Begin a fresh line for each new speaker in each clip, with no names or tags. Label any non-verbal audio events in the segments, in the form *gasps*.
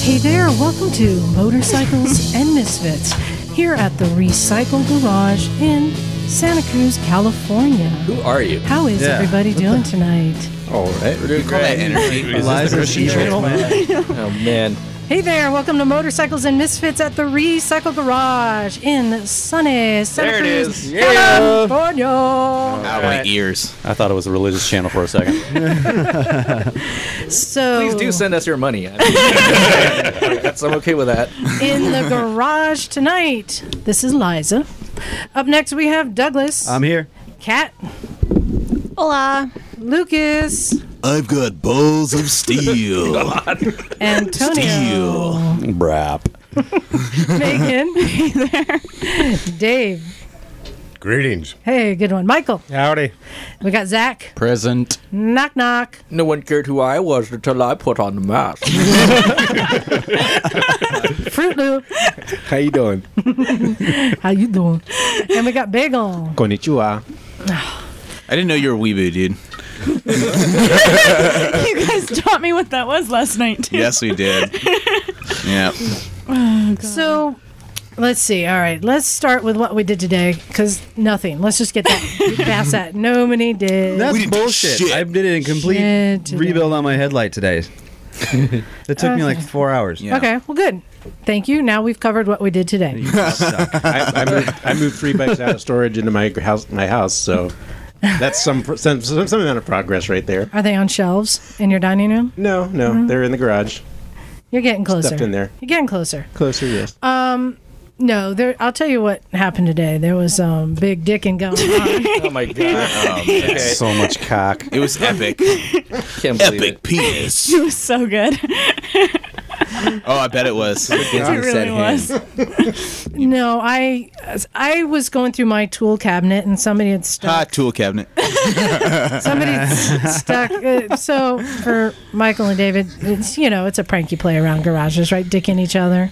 Hey there, welcome to Motorcycles and Misfits here at the Recycle Garage in Santa Cruz, California.
Who are you?
How is
Yeah,
everybody doing tonight?
All right, we're doing
great.
energy.
Eliza's evil.
oh man,
Hey there, welcome to Motorcycles and Misfits at the Recycle Garage in sunny Santa
There it
Cruz,
is.
Yeah.
California.
Ow, my
Alright.
ears.
I thought it was a religious channel for a second.
*laughs* So
Please do send us your money. I mean, that's, *laughs* I'm okay with that.
in the garage tonight. This is Liza. Up next we have Douglas,
I'm here.
Cat,
Hola.
Lucas,
*laughs* I've got balls of
*laughs*
steel.
Antonio,
Brap.
Megan, Dave.
Greetings.
Hey, good one. Michael.
Howdy.
We got Zach.
Present.
Knock knock.
No one cared who I was until I put on the mask.
*laughs*
Fruit Loop.
*laughs* How you doing?
How you doing? And we got Bagel.
Konnichiwa.
I didn't know you were a weeboo, dude.
You guys taught me what that was last night. too.
Yes,
*laughs*
we did. yeah.
Oh,
So let's see. All right, let's start with what we did today because nothing. Let's just
*laughs*
get that past that. Nobody did.
That's
didn't do
bullshit.
shit.
I did a complete
Shit today.
rebuild on my headlight today. *laughs* it took me like four hours.
Yeah.
Okay, well, good. Thank you. Now we've covered what we did today.
*laughs*
I, I, moved, I moved three bikes out of storage into my house. My house, so that's some pro- some, some some amount of progress right there.
Are they on shelves in your dining room?
No, no,
Mm-hmm.
they're in the garage,
You're getting closer.
stuffed in there.
You're getting closer. Um,
Closer, yes.
No, there. I'll tell you what happened today. There was um, big dicking going on. *laughs*
oh my god,
So much cock.
It was epic.
can't believe
*laughs*
*laughs*
epic penis.
It was so good.
Oh, I bet it was.
it really was.
no, I I was going through my tool cabinet and somebody had
Hot
stuck
tool cabinet.
*laughs* somebody
*laughs*
s- stuck. Uh, so for Michael and David, it's you know it's a prank you play around garages, right? Dicking each other.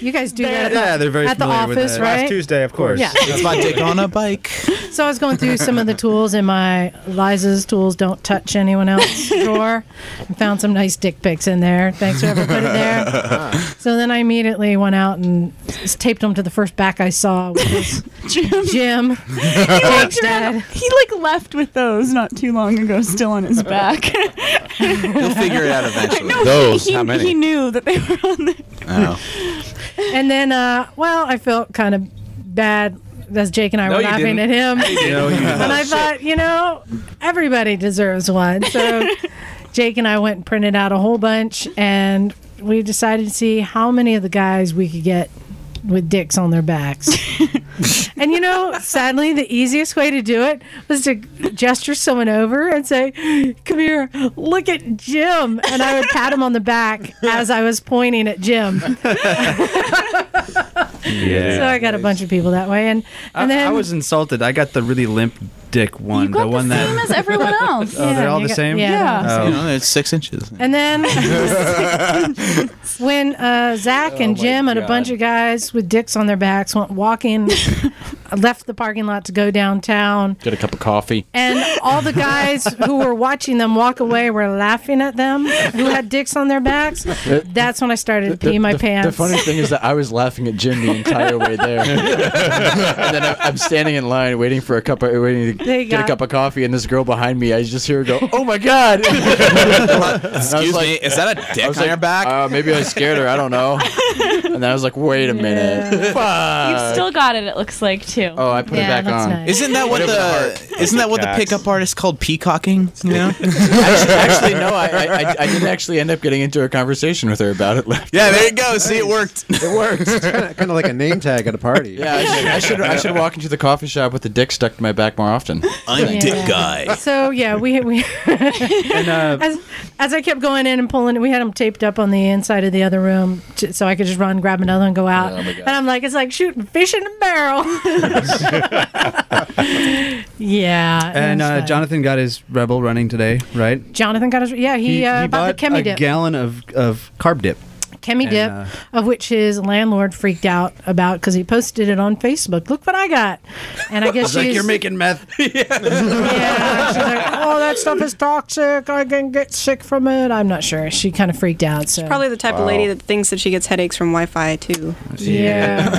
You guys do that. at the-
Yeah, they're very
At the
familiar with
office,
that.
*laughs*
right?
Tuesday, of course.
Yeah.
That's my dick on a bike.
*laughs* So I was going through some of the tools in my Liza's tools don't touch anyone else
*laughs*
drawer and found some nice dick pics in there. Thanks whoever put
*laughs*
it there. So then I immediately went out and s- taped them to the first back I saw, which was
Jim,
Jim.
*laughs* he,
Jake's
walked around-
dad.
he like left with those not too long ago, still on his back.
*laughs*
You'll figure
*laughs*
it out eventually.
no,
Those,
he,
how many?
he knew that they were on there.
Oh.
And then, uh, well, I felt kind of bad. That's Jake and I
No,
were
you
laughing
didn't.
at him.
You know, you
and I thought, you know, everybody deserves one. So Jake and I went and printed out a whole bunch, and we decided to see how many of the guys we could get with dicks on their backs. and you know, sadly, the easiest way to do it was to gesture someone over and say, "Come here, look at Jim," and I would pat him on the back as I was pointing at Jim.
Yeah.
So I got a bunch of people that way, and
I,
and then
I was insulted. I got the really limp dick one.
You got
the one
the same
that.
as everyone else.
Oh, they're all
you
the
got-
same?
yeah.
Yeah.
Oh.
You know, it's six inches.
And then *laughs* when uh,
Oh
Zach and Jim and a bunch of guys with dicks on their backs went
*laughs*
walking, left the parking lot to go downtown,
Get a cup of coffee.
and all the guys who were watching them walk away were laughing at them who had dicks on their backs. That's when I started to pee my pants.
Uh, The funny thing is that I was laughing at Jim the entire
*laughs*
way there, and then I'm, I'm standing in line waiting for a cup of waiting to
They
get
got-
a cup of coffee, and this girl behind me, I just hear her go, *laughs* "Oh my god!"
Excuse me, is that a dick
I
on
was like,
your back?
Uh, maybe I scared her. I don't know. And then I was like, "Wait a minute."
You've still got it. It looks like too.
Uh, Oh, I put
Yeah,
it back
that's
on.
nice.
isn't that what the isn't that what the
Cocks.
pickup artist called peacocking? You
*laughs*
know?
Actually, no, I, I, I- I did actually end up getting into a conversation with her about it. Later.
yeah, there you go. See, it worked.
It works. kind, of, like a name tag at a party.
Yeah, I should, I should I should walk into the coffee shop with the dick stuck to my back more often.
I'm
Yeah.
dick guy.
So yeah, we we
And, uh,
as, as I kept going in and pulling, we had them taped up on the inside of the
Oh *laughs*
other room, to, so I could just run, grab another, and go out. and I'm like, it's like shooting fish in a barrel. Yeah. it
And
was
uh,
fun.
Jonathan got his Rebel running today, right?
Jonathan got his. Yeah, he, uh, bought, the
a
Kemi dip.
gallon of, of carb dip.
Kemi
and,
dip,
uh,
of which his landlord freaked out about because he posted it on Facebook. Look what I got.
*laughs*
And I guess
It's like
she's-
you're making
*laughs*
meth.
Yeah, she's like, oh, that stuff is toxic. I can get sick from it. I'm not sure. She kind of freaked out. So
Probably the type of lady that thinks that she gets headaches from Wi-Fi too.
yeah.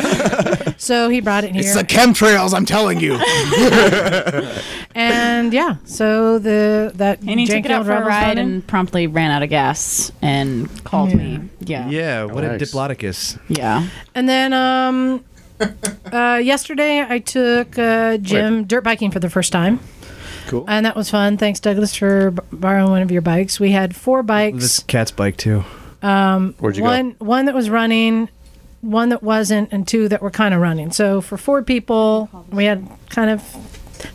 *laughs*
so he brought it here,
*laughs* It's the chemtrails, I'm
*laughs*
telling you.
and yeah. So the that
And he took
janky
it out
old
for a
rubber's
ride
not in.
and promptly ran out of gas and called me. Yeah.
Yeah, what
Nice.
a diplodocus.
Yeah.
And then um,
*laughs*
uh, yesterday I took uh, Jim dirt biking for the first time.
Cool.
And that was fun. Thanks, Douglas, for b- borrowing one of your bikes. We had four
*laughs* This
bikes. um,
cat's bike too.
Where'd you
One one that was running, one that wasn't, and two that were kind of running. So for four people, we had kind of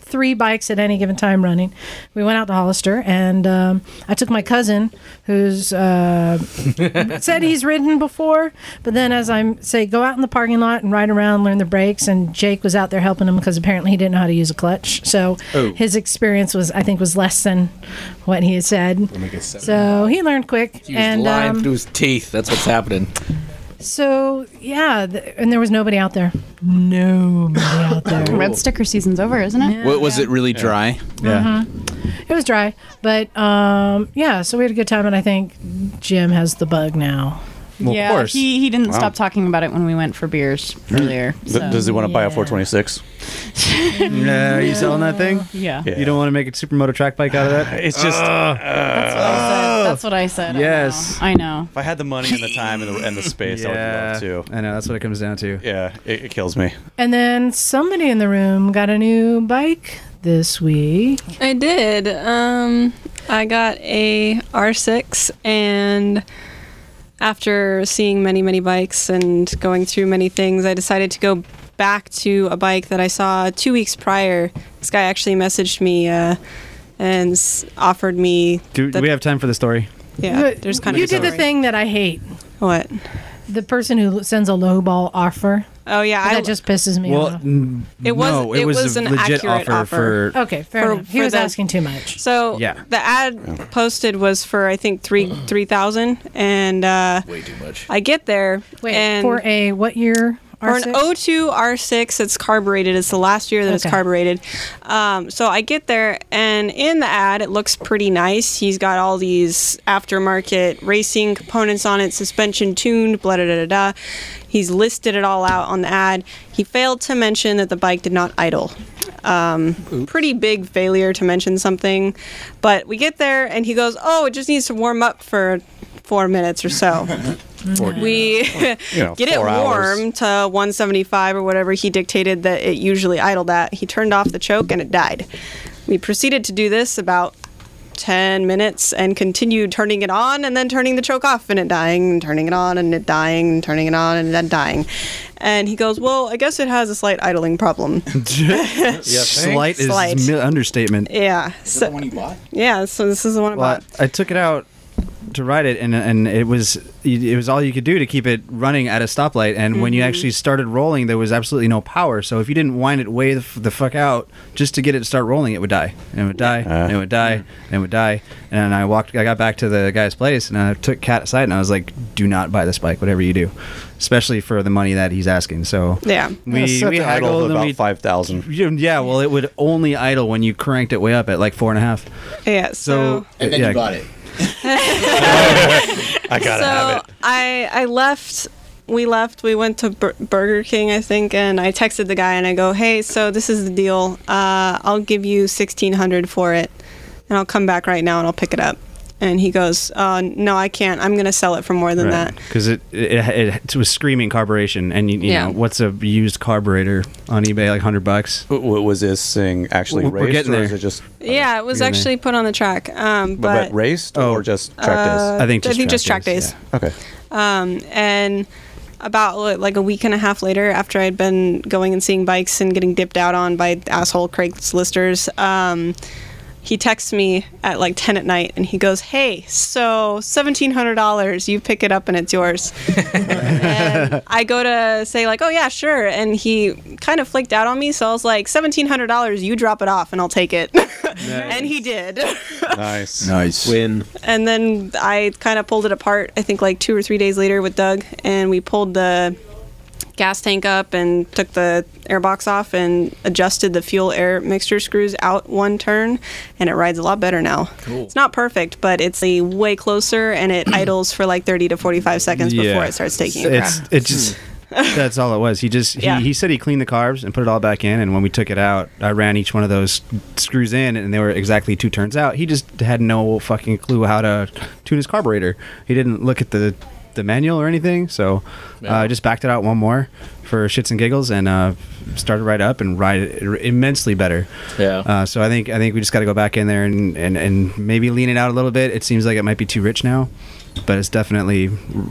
three bikes at any given time running. We went out to Hollister, and um, I took my cousin, who's uh, *laughs* said he's ridden before, but then as I'm say, go out in the parking lot and ride around, learn the brakes, and Jake was out there helping him because apparently he didn't know how to use a clutch. So
Oh.
his experience was, I think, was less than what he had said. So he learned quick,
He was
*laughs* and
lying
um,
through his teeth. That's what's happening.
so yeah, th- and there was nobody out there. Nobody out there.
*laughs* Red sticker season's over, isn't it?
What was it really dry?
Yeah.
Mm-hmm. It was dry, but um, yeah. So we had a good time, and I think Jim has the bug now.
Well,
yeah.
of course.
He, he didn't
Wow.
stop talking about it when we went for beers earlier. so-
Does he want to buy a
Yeah.
*laughs*
426?
Yeah, are you selling that thing?
Yeah.
Yeah.
You don't want to make a supermoto track bike out of
*sighs*
that?
It's just
That's, what I said. That's what I
uh,
said. I
Yes.
know. I know.
if I had the money and the time and the, and the space, I would do that too.
I know, that's what it comes down to.
Yeah, it, it kills me.
And then somebody in the room got a new bike this week.
I did. Um, I got a R6, and after seeing many, many bikes and going through many things, I decided to go back to a bike that I saw two weeks prior. This guy actually messaged me uh, and s- offered me.
Do, do
the-
we have time for
*laughs*
the story? *laughs*
Yeah,
You-
there's kind
you
of. a
did the
story.
thing that I hate.
What?
The person who sends a lowball offer
Oh yeah, I
that just pisses me
Well,
off.
n-
It was-
no,
it
was,
was
a
an
legit
accurate
offer,
offer.
for.
Okay, fair
For-
enough. He
for
was
the-
asking too much.
So
Yeah. Mm.
the ad posted was for I think three three thousand, and uh,
Way too much.
I get there
Wait,
and
for a what year?
or an
R6?
O2 R6 that's carbureted. It's the last year that it's
Okay.
carbureted. Um, so I get there, and in the ad, it looks pretty nice. He's got all these aftermarket racing components on it, suspension tuned, blah da da da da. He's listed it all out on the ad. He failed to mention that the bike did not idle. Um, pretty big failure to mention something, but we get there, and he goes, "Oh, it just needs to warm up for." Four minutes or so. We *laughs*
You know,
get it
four hours.
warm to 175 or whatever he dictated that it usually idled at. He turned off the choke and it died. We proceeded to do this about 10 minutes and continued turning it on and then turning the choke off and it dying and turning it on and it dying and turning it on and then dying. And he goes, Well, I guess it has a slight idling
*laughs*
problem.
Slight is
Slight.
mi- understatement.
yeah. So,
one you bought?
yeah, so this is the one I
Well,
bought.
I, I took it out to ride it, and and it was it was all you could do to keep it running at a stoplight. And when you actually started rolling, there was absolutely no power. So if you didn't wind it way the, f- the fuck out just to get it to start rolling, it would die, and it would die, and it would die, and it would die. And I walked, I got back to the guy's place, and I took Cat aside, and I was like, "Do not buy this bike, whatever you do, especially for the money that he's asking." So
Yeah.
we
Set
we
the idle
haggled
of
and
about
we.
5,000.
Yeah, well, it would only idle when you cranked it way up at like four and a half.
Yeah.
So,
So,
and then yeah, you bought
*laughs*
it.
I gotta
so
have it.
I I left. We left. We went to Bur- Burger King, I think, and I texted the guy and I go, "Hey, so this is the deal. Uh, I'll give you sixteen hundred for it, and I'll come back right now and I'll pick it up." And he goes, uh, "No, I can't. I'm gonna sell it for more than that."
because it, it it was screaming carburation, and you, you
Yeah.
know what's a used carburetor on eBay like hundred bucks.
W- w- was this thing actually
We're- we're
raced,
getting
or is
there.
it just
Yeah, it was
You're gonna-
actually put on the track, um,
but,
but,
raced or just track
uh,
I think
I
just
think just
track
track
days,
days.
days? Okay.
Um, and about li- like a week and a half later, after I'd been going and seeing bikes and getting dipped out on by asshole Craigslisters, um, he texts me at like 10 at night and he goes, Hey, so $1,700, you pick it up and it's yours. and I go to say, like, Oh, yeah, sure. And he kind of flaked out on me. So I was like, $1,700, you drop it off and I'll take it. *laughs* and he did. *laughs*
Nice.
Nice.
Win.
And then I kind of pulled it apart, I think like two or three days later with Doug, and we pulled the gas tank up and took the airbox off and adjusted the fuel air mixture screws out one turn, and it rides a lot better now.
Cool.
It's not perfect, but it's a way closer and
*clears throat*
it idles for like 30 to 45 seconds before it starts taking a
It's
crap.
it just that's all it was. He just he,
Yeah.
he said he cleaned the carbs and put it all back in, and when we took it out, I ran each one of those screws in, and they were exactly two turns out. He just had no fucking clue how to tune his carburetor. He didn't look at the the manual or anything, so uh, I just backed it out one more for shits and giggles, and uh, started right up and ride it immensely better.
Yeah.
Uh, so I think I think we just got to go back in there and, and and maybe lean it out a little bit. It seems like it might be too rich now, but it's definitely r-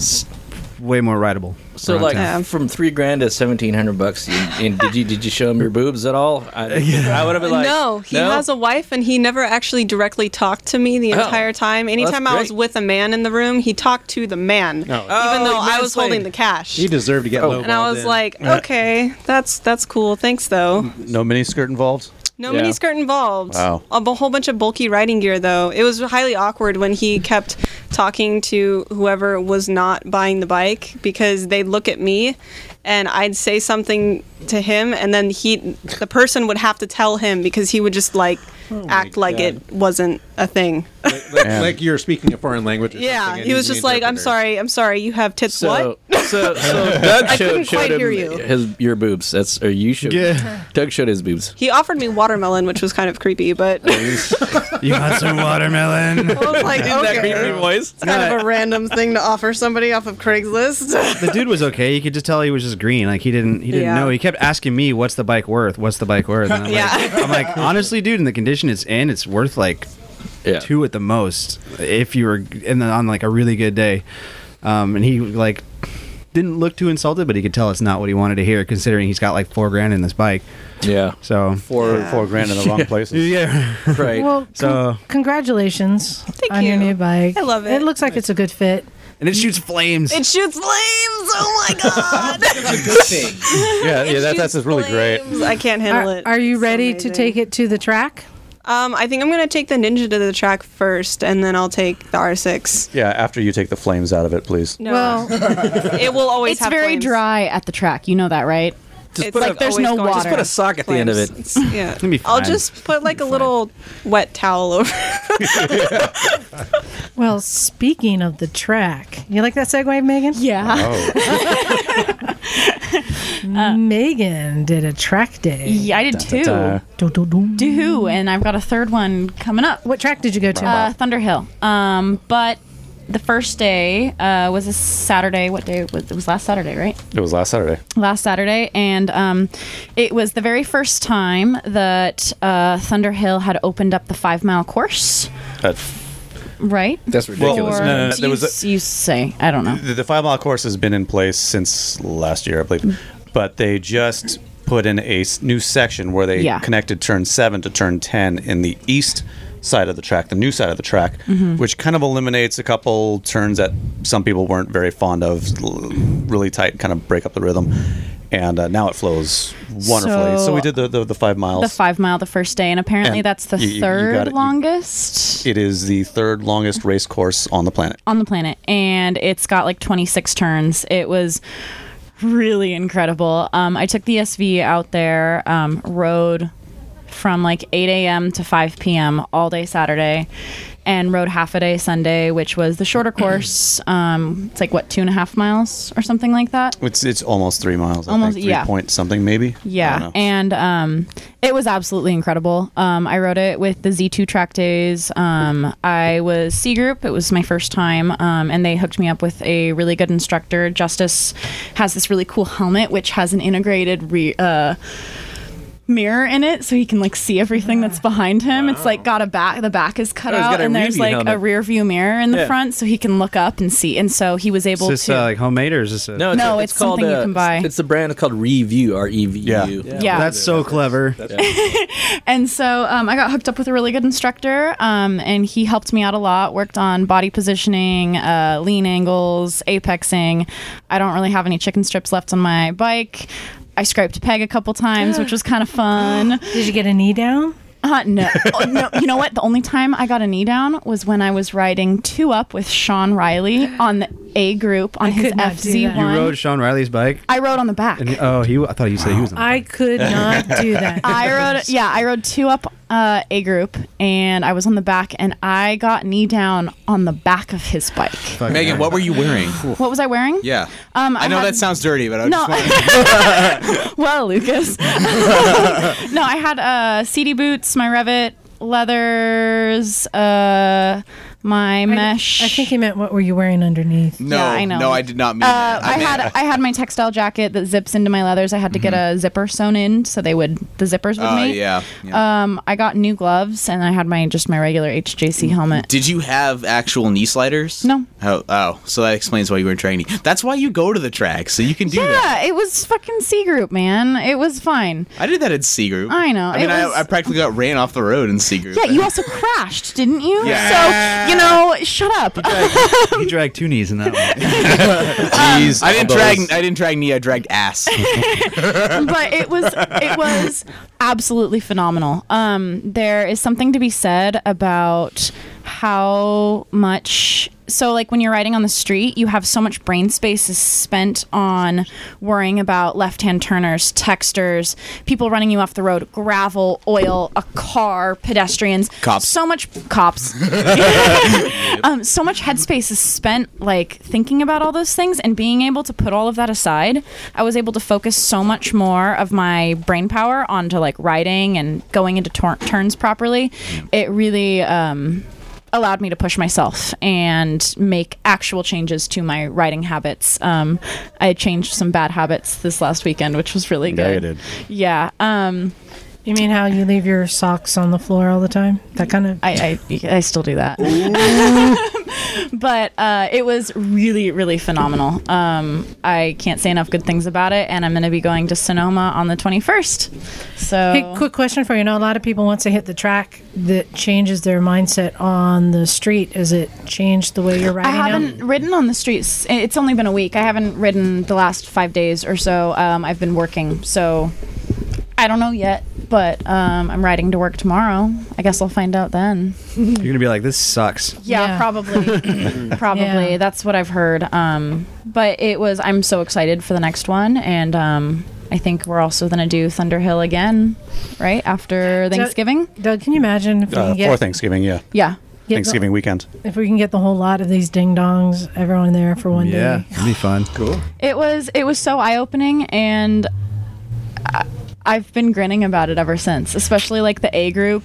way more rideable.
So
around
like
town.
from three grand to seventeen hundred bucks. you- And did you did you show him your boobs at all? I, I would have been like,
no, he has a wife, and he never actually directly talked to me the
Oh,
entire time.
well,
Anytime
that's
I was
great.
with a man in the room, he talked to the man,
Oh.
even though I was
mansplained.
holding the cash.
He deserved to get
Oh.
low.
and I was like, okay, that's that's cool. Thanks though.
Uh, No miniskirt involved.
No miniskirt involved.
Wow.
A bu- whole bunch of bulky riding gear though. It was highly awkward when he kept talking to whoever was not buying the bike because they'd look at me and I'd say something to him and then he the person would have to tell him because he would just like act like
God.
it wasn't a thing.
like, like you're speaking a foreign language. Or
Yeah,
something, and
he was
he's the
just like, "I'm sorry, I'm sorry, you have tits."
So-
what?
So, so Doug
I
showed,
couldn't
showed
quite
him
hear you.
his your boobs. That's or you showed.
Yeah.
Doug showed his boobs.
*laughs* He offered me watermelon, which was kind of creepy, but
You want some watermelon?
I was
*laughs*
like,
Isn't that
okay.
creepy voice?
It's kind of a random thing to offer somebody off of
*laughs*
Craigslist.
the dude was okay. You could just tell he was just green. Like he didn't he didn't
Yeah.
know. He kept asking me, "What's the bike worth? What's the bike worth?" And I'm,
Yeah.
like, I'm like, honestly, dude, in the condition it's in, it's worth like two at the most if you were in the, on like a really good day. Um, and he like didn't look too insulted, but he could tell it's not what he wanted to hear, considering he's got like four grand in this bike.
Yeah.
So
four four grand in the
*laughs*
wrong
Yeah.
places.
Yeah.
Right.
Well,
so
Congratulations on your new bike. I love it. It looks like it's a good fit.
and it shoots flames.
It shoots flames. Oh my god.
*laughs*
yeah, yeah, that, that's just really great.
I can't handle
Are-
it.
Are you ready to take it to the track?
Um, I think I'm gonna take the Ninja to the track first, and then I'll take the R6.
Yeah, after you take the flames out of it, please.
No, *laughs* it will always.
It's
have
very
flames.
dry at the track. You know that, right?
Just put
like
a-
there's
always
no
going-
water.
just put a
sock at the end of it.
Yeah,
It'll be
I'll
fine.
just put like a little wet towel over.
*laughs*
*laughs*
Well, speaking of the track, you like that segue, Megan?
Yeah.
Megan did a track day.
Yeah, I did two. Do and I've got a third one coming up.
What track did you go to?
Uh, Thunder Hill. Um, but the first day uh, was a Saturday. What day was it? Was last Saturday, right?
It was last Saturday.
last Saturday, and um, it was the very first time that uh, Thunder Hill had opened up the five mile course. Right?
That's ridiculous. No,
Or
no, no,
do
there
you,
was
you say I don't know.
The, the five mile course has been in place since last year, I
Mm.
believe, but they just put in a s- new section where they
Yeah.
connected turn seven to turn ten in the east side of the track, the new side of the track,
Mhm.
which kind of eliminates a couple turns that some people weren't very fond of, l- really tight, kind of break up the rhythm, and uh, now it flows wonderfully. So,
So-
we did the the, the five miles.
The five mile the first day, and apparently
And
that's the
you- you- you got
third
it. You-
longest
it is the third longest race course on the planet.
on the planet, and it's got like 26 turns. It was really incredible. Um, I took the SV out there, um, rode from like 8 a.m. to 5 p.m. all day Saturday, and rode half a day Sunday, which was the shorter course. *clears throat* Um, it's like what two and a half miles or something like that.
It's it's almost three miles. I
Almost-
think. three
yeah.
point something maybe. I
Yeah,
don't know.
and um, it was absolutely incredible. Um, I rode it with the Z2 track days. Um, I was C group. It was my first time, um, and they hooked me up with a really good instructor. Justice has this really cool helmet, which has an integrated re- uh, mirror in it so he can like see everything that's behind him. It's like got a back the back is cut
Oh, he's
out
got a
and there's
rearview
like a
helmet.
rear view mirror in the
Yeah.
front so he can look up and see. And so he was
Is
able
this
to
uh, like homemade or is this a
No, it's- No, it's it's something you
uh,
can buy.
It's the brand called Review, R E V U.
Yeah. Yeah.
That's so clever.
And so um, I got hooked up with a really good instructor, um, and he helped me out a lot. Worked on body positioning, uh, lean angles, apexing. I don't really have any chicken strips left on my bike. I scraped a peg a couple times, which was kind of fun.
*gasps* Did you get a knee down?
Uh, no. Oh, no. You know what? The only time I got a knee down was when I was riding two up with Sean Riley on the A group on his FZ1.
You rode Sean Riley's bike.
I rode on the back.
And, oh, he. I thought you said he was. On the
I could
*laughs*
not do that.
I rode, yeah, I rode two up uh, a group, and I was on the back, and I got knee down on the back of his bike.
Megan, what were you wearing?
What was I wearing?
Yeah.
Um, I
I know
had-
that sounds dirty, but I
No.
just
*laughs*
want
well,
*laughs*
Lucas. no, I had uh, CD boots, my Revit leathers, uh, my mesh.
I think he meant what were you wearing underneath?
No,
Yeah, I know.
no, I did not mean
uh,
that.
I,
meant-
had I had my textile jacket that zips into my leathers. I had to get a zipper sewn in so they would the zippers would
Oh,
mate.
Mm-hmm. yeah,
Um, I got new gloves and I had my just my regular HJC helmet.
Did you have actual knee sliders?
No.
Oh, oh, so that explains why you weren't training. That's why you go to the track, so you can do that.
Yeah, it was fucking C group, man. It was fine.
I did that in C group.
I know,
I mean,
it was-
I, I practically got ran off the road in C group.
Yeah, you also crashed, didn't you?
Yeah.
So you know, shut up.
he dragged two knees in that
*laughs*
one.
Um,
Jeez, I didn't
elbows.
drag. I didn't drag knee. I dragged
*laughs*
ass.
but it was it was absolutely phenomenal. Um, there is something to be said about how much so like when you're riding on the street, you have so much brain space is spent on worrying about left-hand turners, texters, people running you off the road, gravel, oil, a car, pedestrians,
Cops.
So much cops. um, so much headspace is spent like thinking about all those things and being able to put all of that aside i was able to focus so much more of my brain power onto like riding and going into tor- turns properly it really um, allowed me to push myself and make actual changes to my riding habits um, i had changed some bad habits this last weekend which was really good yeah um,
You mean how you leave your socks on the floor all the time? That kind of.
I I, I still do that. but uh, it was really, really phenomenal. Um, I can't say enough good things about it, and I'm going to be going to Sonoma on the 21st. So,
Hey, quick question for you. I know a lot of people once they hit the track that changes their mindset on the street. Has it changed the way you're
I
riding? now?
haven't ridden on the streets. I- It's only been a week. I haven't ridden the last five days or so. Um, I've been working, so I don't know yet. But um, I'm riding to work tomorrow. I guess I'll find out then.
You're gonna be like, this sucks.
Yeah, *laughs*
Mm.
probably. probably. That's what I've heard. Um, but it was, I'm so excited for the next one. And um, I think we're also going to do Thunder Hill again, right? After Thanksgiving?
Doug, Doug, can you imagine if we
Uh,
can
for
get,
Thanksgiving, yeah.
Yeah.
Yeah,
Thanksgiving weekend.
if we can get the whole lot of these ding dongs, everyone there for one day?
it'd be fun.
Cool.
It was, it was so eye opening. And I, I've been grinning about it ever since, especially like the A group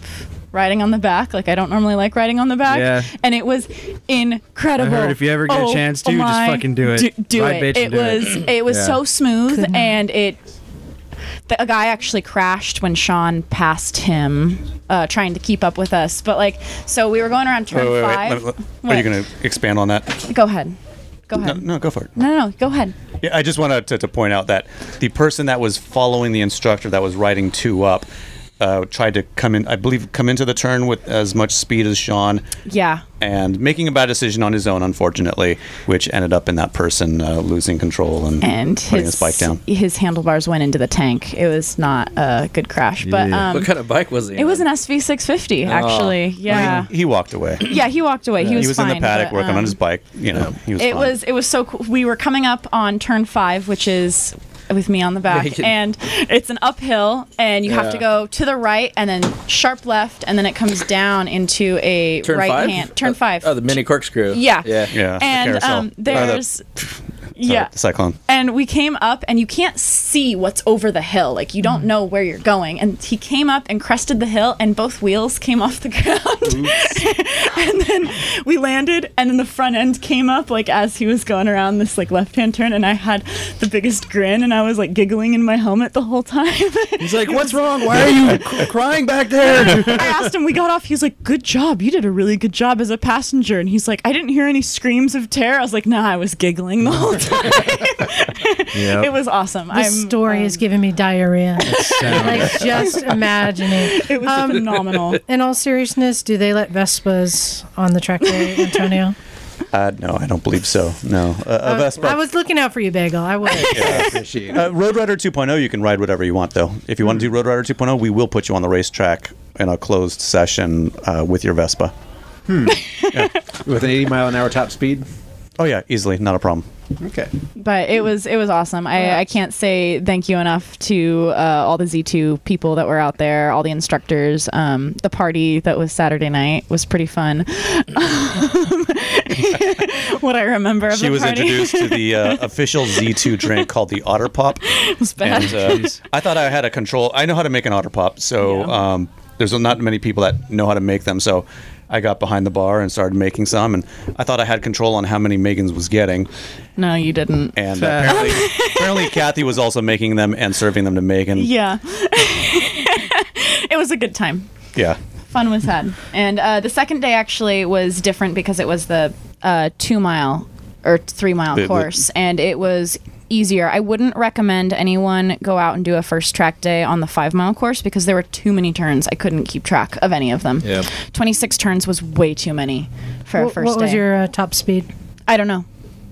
riding on the back. Like, I don't normally like riding on the back.
Yeah.
And it was incredible.
I heard if you ever get a
Oh
chance to, just
my-
fucking do it.
Do, do it.
Ride bitch and
It
do it.
was it, was
Yeah.
so smooth, and it. The, a guy actually crashed when Sean passed him, uh, trying to keep up with us. But like, so we were going around turn
Wait, wait, wait,
five.
let- let-
What?
Are you going to expand on that?
Go ahead. Go
No,
ahead.
no, go for it.
No, no, no, go ahead.
Yeah, I just wanted to, to point out that the person that was following the instructor that was riding two up uh, tried to come in, I believe, come into the turn with as much speed as Sean
Yeah.
and making a bad decision on his own, unfortunately, which ended up in that person uh, losing control and,
And
putting his,
his
bike down.
His handlebars went into the tank. It was not a good crash, but
Yeah.
um,
What kind of bike was he Oh.
It
on?
was an SV650, actually. yeah.
he, he walked away.
*clears throat* Yeah, he walked away. He was
in the
fine,
paddock
but,
working
um,
on his bike. You know, he was.
it
fine.
was it was so cool. We were coming up on turn five, which is with me on the
Yeah, you
back,
can-
and it's an uphill, and you have to
Yeah.
go to the right and then sharp left, and then it comes down into a
Turn
right
Uh,
five?
oh,
hand turn five.
Oh, the mini corkscrew.
Yeah.
Yeah.
And um, there's Yeah.
Cyclone.
And we came up, and you can't see what's over the hill. Like, you
Mm.
don't know where you're going. And he came up and crested the hill, and both wheels came off the *laughs* ground. and then we landed, and then the front end came up, like, as he was going around this, like, left hand turn. And I had the biggest grin, and I was, like, giggling in my helmet the whole time. *laughs*
He's like, "What's wrong? Why are you c- crying back there?"
*laughs* I asked him. We got off. He's like, "Good job. You did a really good job as a passenger." And he's like, "I didn't hear any screams of terror." I was like, "Nah, I was giggling the
*laughs*
whole time.
*laughs*
It was awesome.
This story
um,
is giving me diarrhea. *laughs*
sounds-
like just imagining. Um,
It was phenomenal.
In all seriousness, do they let Vespas on the track there, Antonio?
Uh, no, I don't believe so. No. Uh, a
*laughs*
Vespa.
I was looking out for you, Bagel. I would.
Uh, Road Rider 2.0, you can ride whatever you want, though. If you want to do Road Rider 2.0, oh, we will put you on the racetrack in a closed session uh, with your Vespa.
Hmm. With an 80 mile an hour top speed?
Oh, yeah, easily. Not a problem.
Okay.
but it was it was awesome. I, I can't say thank you enough to uh, all the Z2 people that were out there, all the instructors. Um, the party that was Saturday night was pretty fun. *laughs*
what I remember of
She
the
was
party.
introduced to the
*laughs*
uh, official Z2 drink called the Otter Pop.
was bad.
And, uh, I thought I had a control. I know how to make an otter pop, so um, there's not many people that know how to make them. So I got behind the bar and started making some, and I thought I had control on how many Megan's was getting.
*laughs* No, you didn't.
And
*laughs*
apparently, apparently Kathy was also making them and serving them to Megan.
Yeah. *laughs* it was a good time.
Yeah.
Fun was had. And uh, the second day actually was different because it was the uh, two mile or three mile
The- the-
course, and it was easier. I wouldn't recommend anyone go out and do a first track day on the five mile course because there were too many turns. I couldn't keep track of any of them.
Yeah.
26 turns was way too many for a
Wh-
first
what
day.
was your uh, top speed?
I don't know.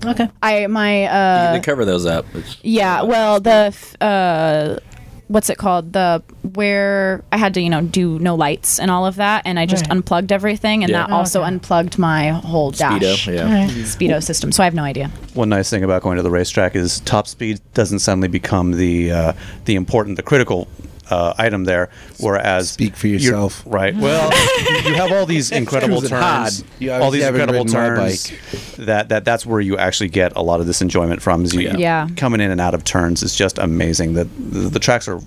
Okay.
I my
they
uh
cover those up. It's-
yeah, well, the f- uh, what's it called? The where I had to you know do no lights and all of that, and I just
Right.
unplugged everything, and
Yeah.
that also unplugged my whole
Speedo,
dash
yeah.
*laughs*
Alright.
speedo system. So I have no idea.
One nice thing about going to the racetrack is top speed doesn't suddenly become the uh, the important, the critical uh, item there. Whereas speak for yourself, right?
*laughs*
Well,
*laughs*
you have all these incredible
Cruising hard.
turns,
You
all these
obviously haven't
incredible
ridden my
turns. That that that's where you actually get a lot of this enjoyment from. Is you
Yeah. Yeah.
coming in and out of turns is just amazing. That the, the tracks are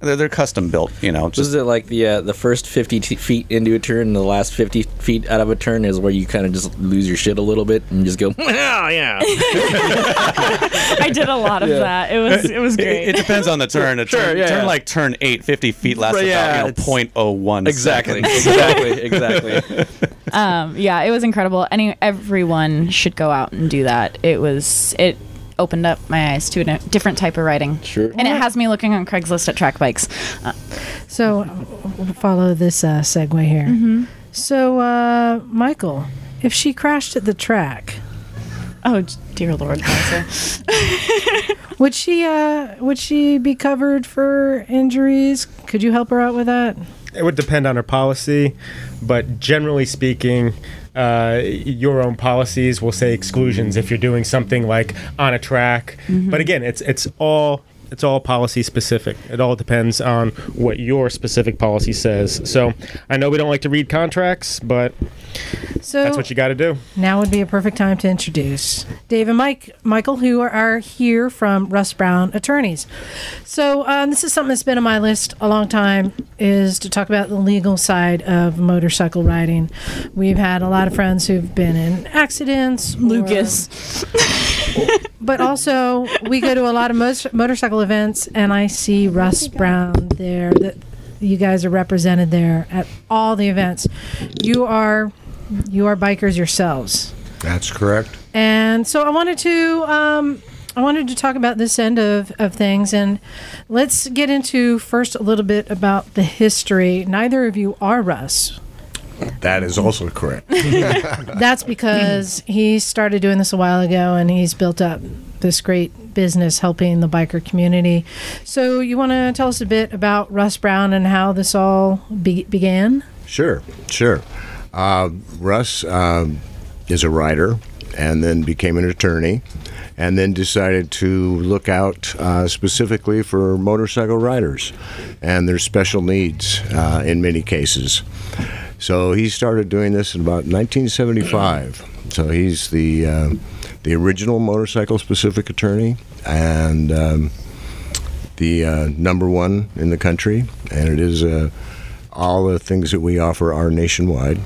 they're, they're custom built. You know,
Just,
just
is it like the uh, the first 50 t- feet into a turn and the last 50 feet out of a turn is where you kind of just lose your shit a little bit and just go, oh,
*laughs*
Ah.
yeah.
I did a lot of
Yeah.
that. It was it was
*laughs* It,
great.
it *laughs* depends *laughs* on the turn. A
Sure,
turn,
yeah,
turn
yeah.
like turn eight, 50 feet lasts
Right, yeah,
about you
it's-
know, 0.01 *laughs*
Exactly,
seconds.
exactly,
*laughs*
exactly.
Um, yeah, it was incredible. Any everyone should go out and do that. It was it opened up my eyes to a different type of riding. Sure. And it has me looking on Craigslist at track bikes. Uh,
So, we'll follow this uh, segue here.
Mm-hmm.
So, uh, Michael, if she crashed at the track,
oh dear Lord,
*laughs* would she uh, would she be covered for injuries? Could you help her out with that?
It would depend on her policy, but generally speaking, uh, your own policies will say exclusions if you're doing something like on a track. But again, it's it's all it's all policy specific. It all depends on what your specific policy says. So I know we don't like to read contracts, but
So
that's what you got to do.
Now would be a perfect time to introduce Dave and Mike, Michael, who are, are here from Russ Brown Attorneys. So um, this is something that's been on my list a long time, is to talk about the legal side of motorcycle riding. We've had a lot of friends who've been in accidents, Lucas, but also we go to a lot of most motorcycle events, and I see Russ Brown there. That you guys are represented there at all the events. You are you are bikers yourselves.
That's correct.
And so I wanted to um, I wanted to talk about this end of, of things and let's get into first a little bit about the history. Neither of you are Russ.
That is also correct.
That's because he started doing this a while ago and he's built up this great business helping the biker community. So you want to tell us a bit about Russ Brown and how this all be- began?
Sure, sure. Uh, Russ um, is a writer and then became an attorney and then decided to look out uh, specifically for motorcycle riders and their special needs uh, in many cases. So he started doing this in about 1975 So he's the uh, the original motorcycle specific attorney and um, the uh, number one in the country, and it is uh, all the things that we offer are nationwide.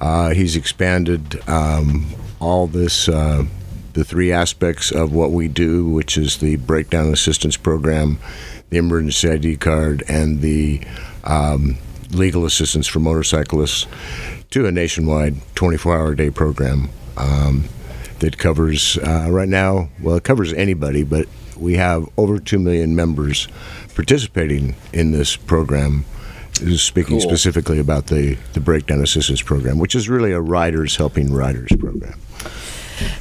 Uh, he's expanded um, all this. Uh, the three aspects of what we do, which is the breakdown assistance program, the emergency ID card, and the um, legal assistance for motorcyclists, to a nationwide 24-hour day program um, that covers uh, right now. Well, it covers anybody, but we have over two million members participating in this program. This is Speaking
Cool.
specifically about the, the breakdown assistance program, which is really a riders helping riders program.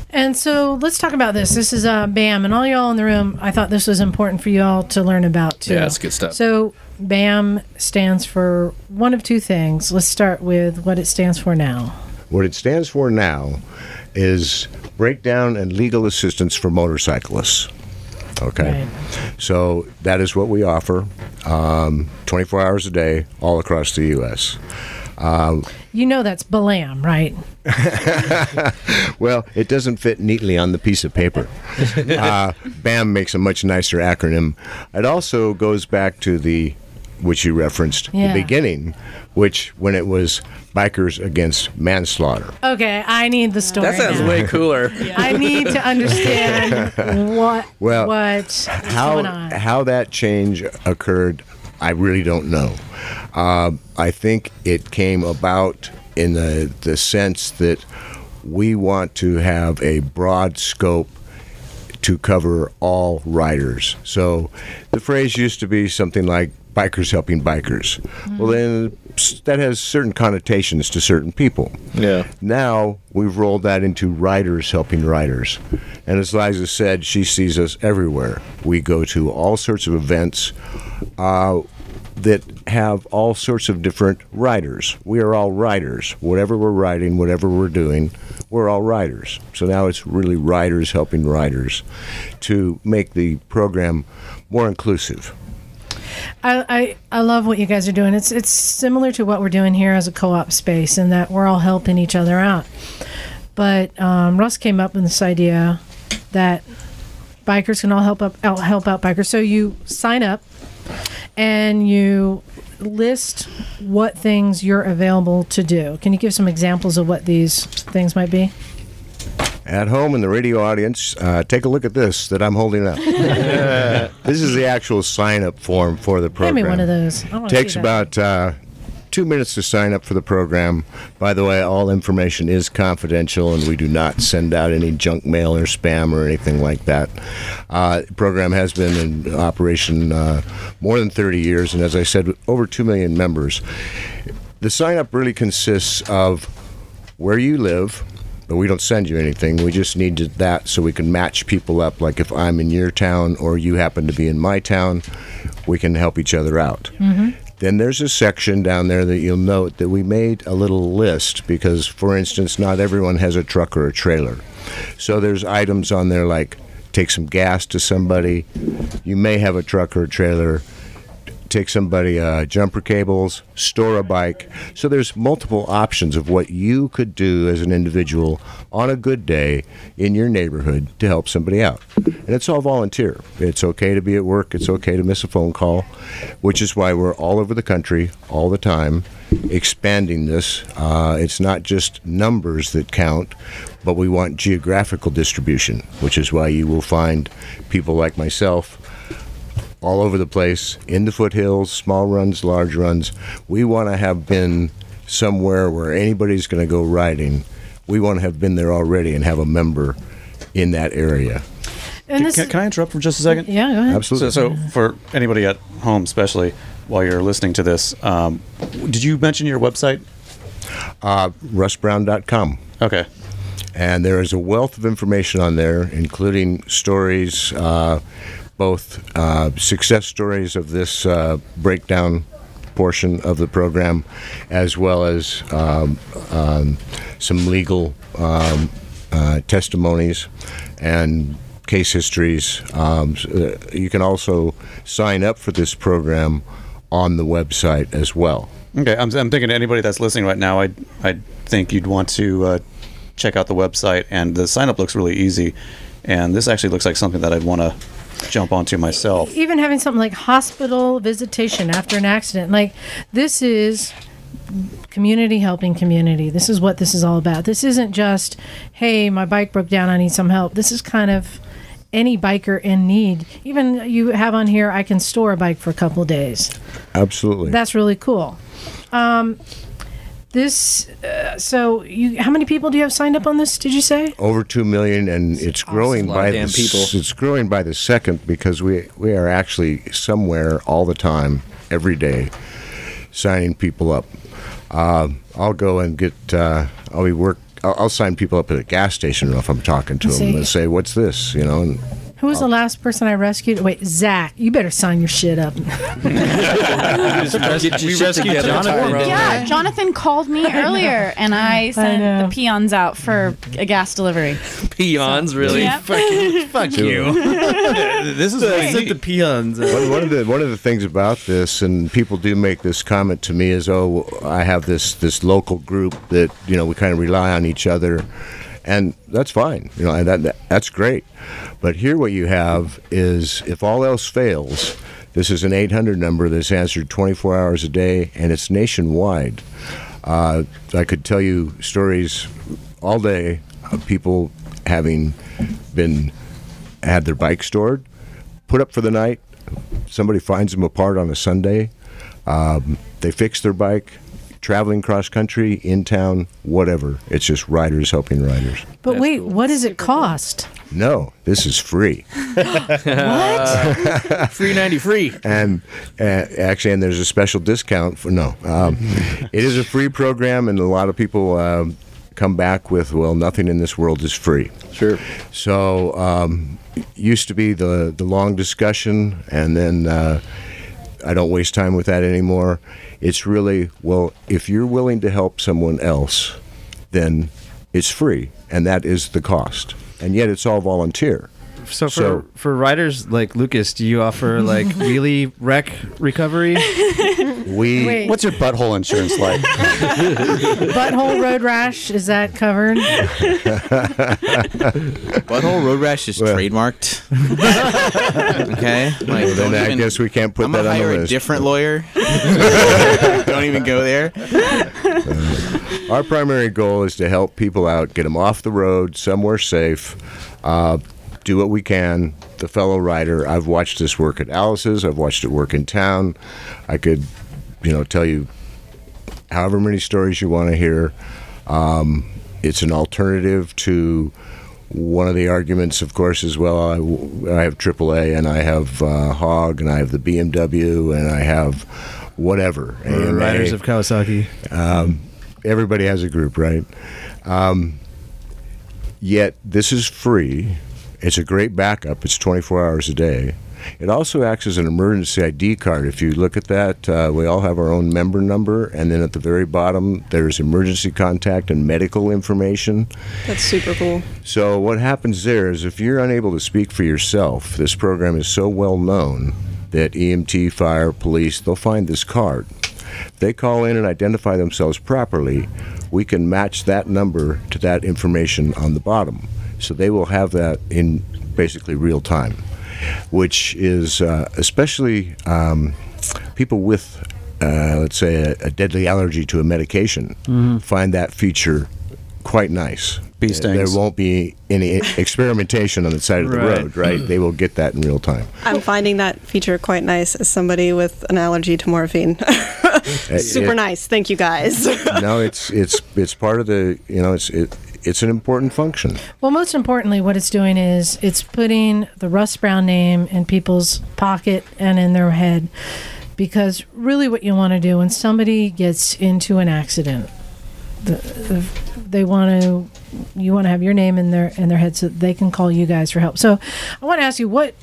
And so let's talk about this. This is uh, BAM, and all y'all in the room. I thought this was important for y'all to learn about too.
Yeah, that's good stuff.
So BAM stands for one of two things. Let's start with what it stands for now.
What it stands for now is Breakdown and Legal Assistance for Motorcyclists. Okay. So that is what we offer um, 24 hours a day all across the U.S. Um,
You know that's BALAM,
*laughs*
right?
well, it doesn't fit neatly on the piece of paper. Uh, BAM makes a much nicer acronym. It also goes back to the, which you referenced,
Yeah.
the beginning, which when it was Bikers Against Manslaughter.
Okay, I need the story. now.
*laughs*
cooler.
I need to
*laughs*
understand what
Well,
what
how
going on.
how that change occurred, I really don't know. Uh, I think it came about in the the sense that we want to have a broad scope to cover all riders. So the phrase used to be something like bikers helping bikers. Well, then s- that has certain connotations to certain people. Yeah. Now we've rolled that into riders helping riders. And as Liza said, she sees us everywhere. We go to all sorts of events. Uh, that have all sorts of different riders. We are all riders. Whatever we're riding, whatever we're doing, we're all riders. So now it's really riders helping riders to make the program more inclusive.
I, I I love what you guys are doing. It's it's similar to what we're doing here as a co-op space, in that we're all helping each other out. But um, Russ came up with this idea that bikers can all help up out, help out bikers. So you sign up and you list what things you're available to do. Can you give some examples of what these things might be?
At home in the radio audience, uh, take a look at this that I'm holding up. this is the actual sign up form for the
Hand
program.
me one of those. Oh, I wanna see
Takes
that.
about uh, two minutes to sign up for the program. By the way, all information is confidential, and we do not send out any junk mail or spam or anything like that. Uh, the program has been in operation uh, more than 30 years, and as I said, with over 2 million members. The sign up really consists of where you live. But we don't send you anything. We just need to- that so we can match people up. Like if I'm in your town or you happen to be in my town, we can help each other out.
Mm-hmm.
Then there's a section down there that you'll note that we made a little list because, for instance, not everyone has a truck or a trailer. So there's items on there like take some gas to somebody, you may have a truck or a trailer, take somebody uh, jumper cables, store a bike. So there's multiple options of what you could do as an individual on a good day in your neighborhood to help somebody out. And it's all volunteer. It's okay to be at work, it's okay to miss a phone call, which is why we're all over the country all the time expanding this. Uh, it's not just numbers that count, but we want geographical distribution, which is why you will find people like myself all over the place, in the foothills, small runs, large runs. We want to have been somewhere where anybody's going to go riding. We want to have been there already and have a member in that area.
And this
can,
is-
can I interrupt for just a second?
Yeah, go ahead.
Absolutely.
So, so for anybody at home, especially while you're listening to this, um, did you mention your website?
Uh, RussBrown.com.
Okay.
And there is a wealth of information on there, including stories, uh, both uh, success stories of this uh, breakdown portion of the program, as well as um, um, some legal um, uh, testimonies and case histories. Um, s- uh, you can also sign up for this program on the website as well.
Okay, I'm, I'm thinking to anybody that's listening right now, I I think you'd want to uh, check out the website, and the sign up looks really easy. And this actually looks like something that I'd want to jump onto myself.
even having something like hospital visitation after an accident like this is community helping community this is what this is all about this isn't just hey my bike broke down i need some help this is kind of any biker in need even you have on here i can store a bike for a couple days
Absolutely.
that's really cool um, this uh, so you how many people do you have signed up on this did you say
over two million, and it's growing
lot of
by the
damn
s-
people.
it's growing by the second because we we are actually somewhere all the time, every day, signing people up. Uh, I'll go and get. Uh, I'll be work. I'll, I'll sign people up at a gas station if I'm talking to
I
them
see.
and say, "What's this?" You know. And
who was the last person i rescued wait zach you better sign your shit up *laughs*
Get your shit together, Tyrone.
Yeah, Jonathan called me earlier,
*laughs*
and I sent the peons out for a gas delivery.
Peons, really?
Yep.
fuck
Sure.
*laughs* this is
I sent the peons.
one, one of the one of the things about this, and people do make this comment to me, is oh, I have this this local group that you know we kind of rely on each other, and that's fine, you know, and that, that that's great. But here, what you have is if all else fails. This is an 800 number that's answered 24 hours a day, and it's nationwide. Uh, I could tell you stories all day of people having been had their bike stored, put up for the night. Somebody finds them apart on a Sunday. Um, they fix their bike, traveling cross country, in town, whatever. It's just riders helping riders.
But wait, what does it cost? *laughs*
No, this is free.
what? *laughs* Free ninety free.
And uh, actually, and there's a special discount for no. Um, it is a free program, and a lot of people um, come back with, well, nothing in this world is free. Sure. So um, it used to be the the long discussion, and then. Uh, I don't waste time with that anymore. It's really, well, if you're willing to help someone else, then it's free, and that is the cost. And yet it's all volunteer.
So for for riders like Lucas, do you offer *laughs* like wheelie wreck
*laughs*
recovery?
We
Wait.
what's your butthole insurance like?
*laughs* Butthole road rash is that covered?
Butthole road rash is
*laughs*
trademarked. okay, like,
Well, then
don't
I
even-
guess we can't put
I'm
that
gonna
on the
hire a
list. *laughs*
different lawyer. don't even go there.
Our primary goal is to help people out, get them off the road, somewhere safe, uh, do what we can. The fellow rider, I've watched this work at Alice's, I've watched it work in town. I could, you know, tell you however many stories you want to hear. Um, it's an alternative to one of the arguments, of course, as well. I, w- I have AAA and I have uh, Hog and I have the BMW and I have whatever. AMA.
Riders of Kawasaki.
Um, everybody has a group, right? Um, yet this is free. It's a great backup. It's 24 hours a day. It also acts as an emergency ID card. If you look at that, uh, we all have our own member number, and then at the very bottom, there's emergency contact and medical information.
That's super cool.
So what happens there is if you're unable to speak for yourself, this program is so well known that EMT, fire, police, they'll find this card. If they call in and identify themselves properly, we can match that number to that information on the bottom. So they will have that in basically real time, which is uh, especially um, people with, uh, let's say, a, a deadly allergy to a medication
Mhm.
find that feature quite nice.
Bee
There-
stings.
There won't be any experimentation on the side of the
Right.
road, right? They will get that in real time.
I'm finding that feature quite nice as somebody with an allergy to morphine. *laughs* super
Uh, it-
nice. Thank you guys.
*laughs* no, it's it's it's part of the you know it's it, it's an important function.
Well, most importantly, what it's doing is it's putting the Russ Brown name in people's pocket and in their head. Because really, what you want to do when somebody gets into an accident, the, the, they want to you want to have your name in their in their head so they can call you guys for help. So, I want to ask you what.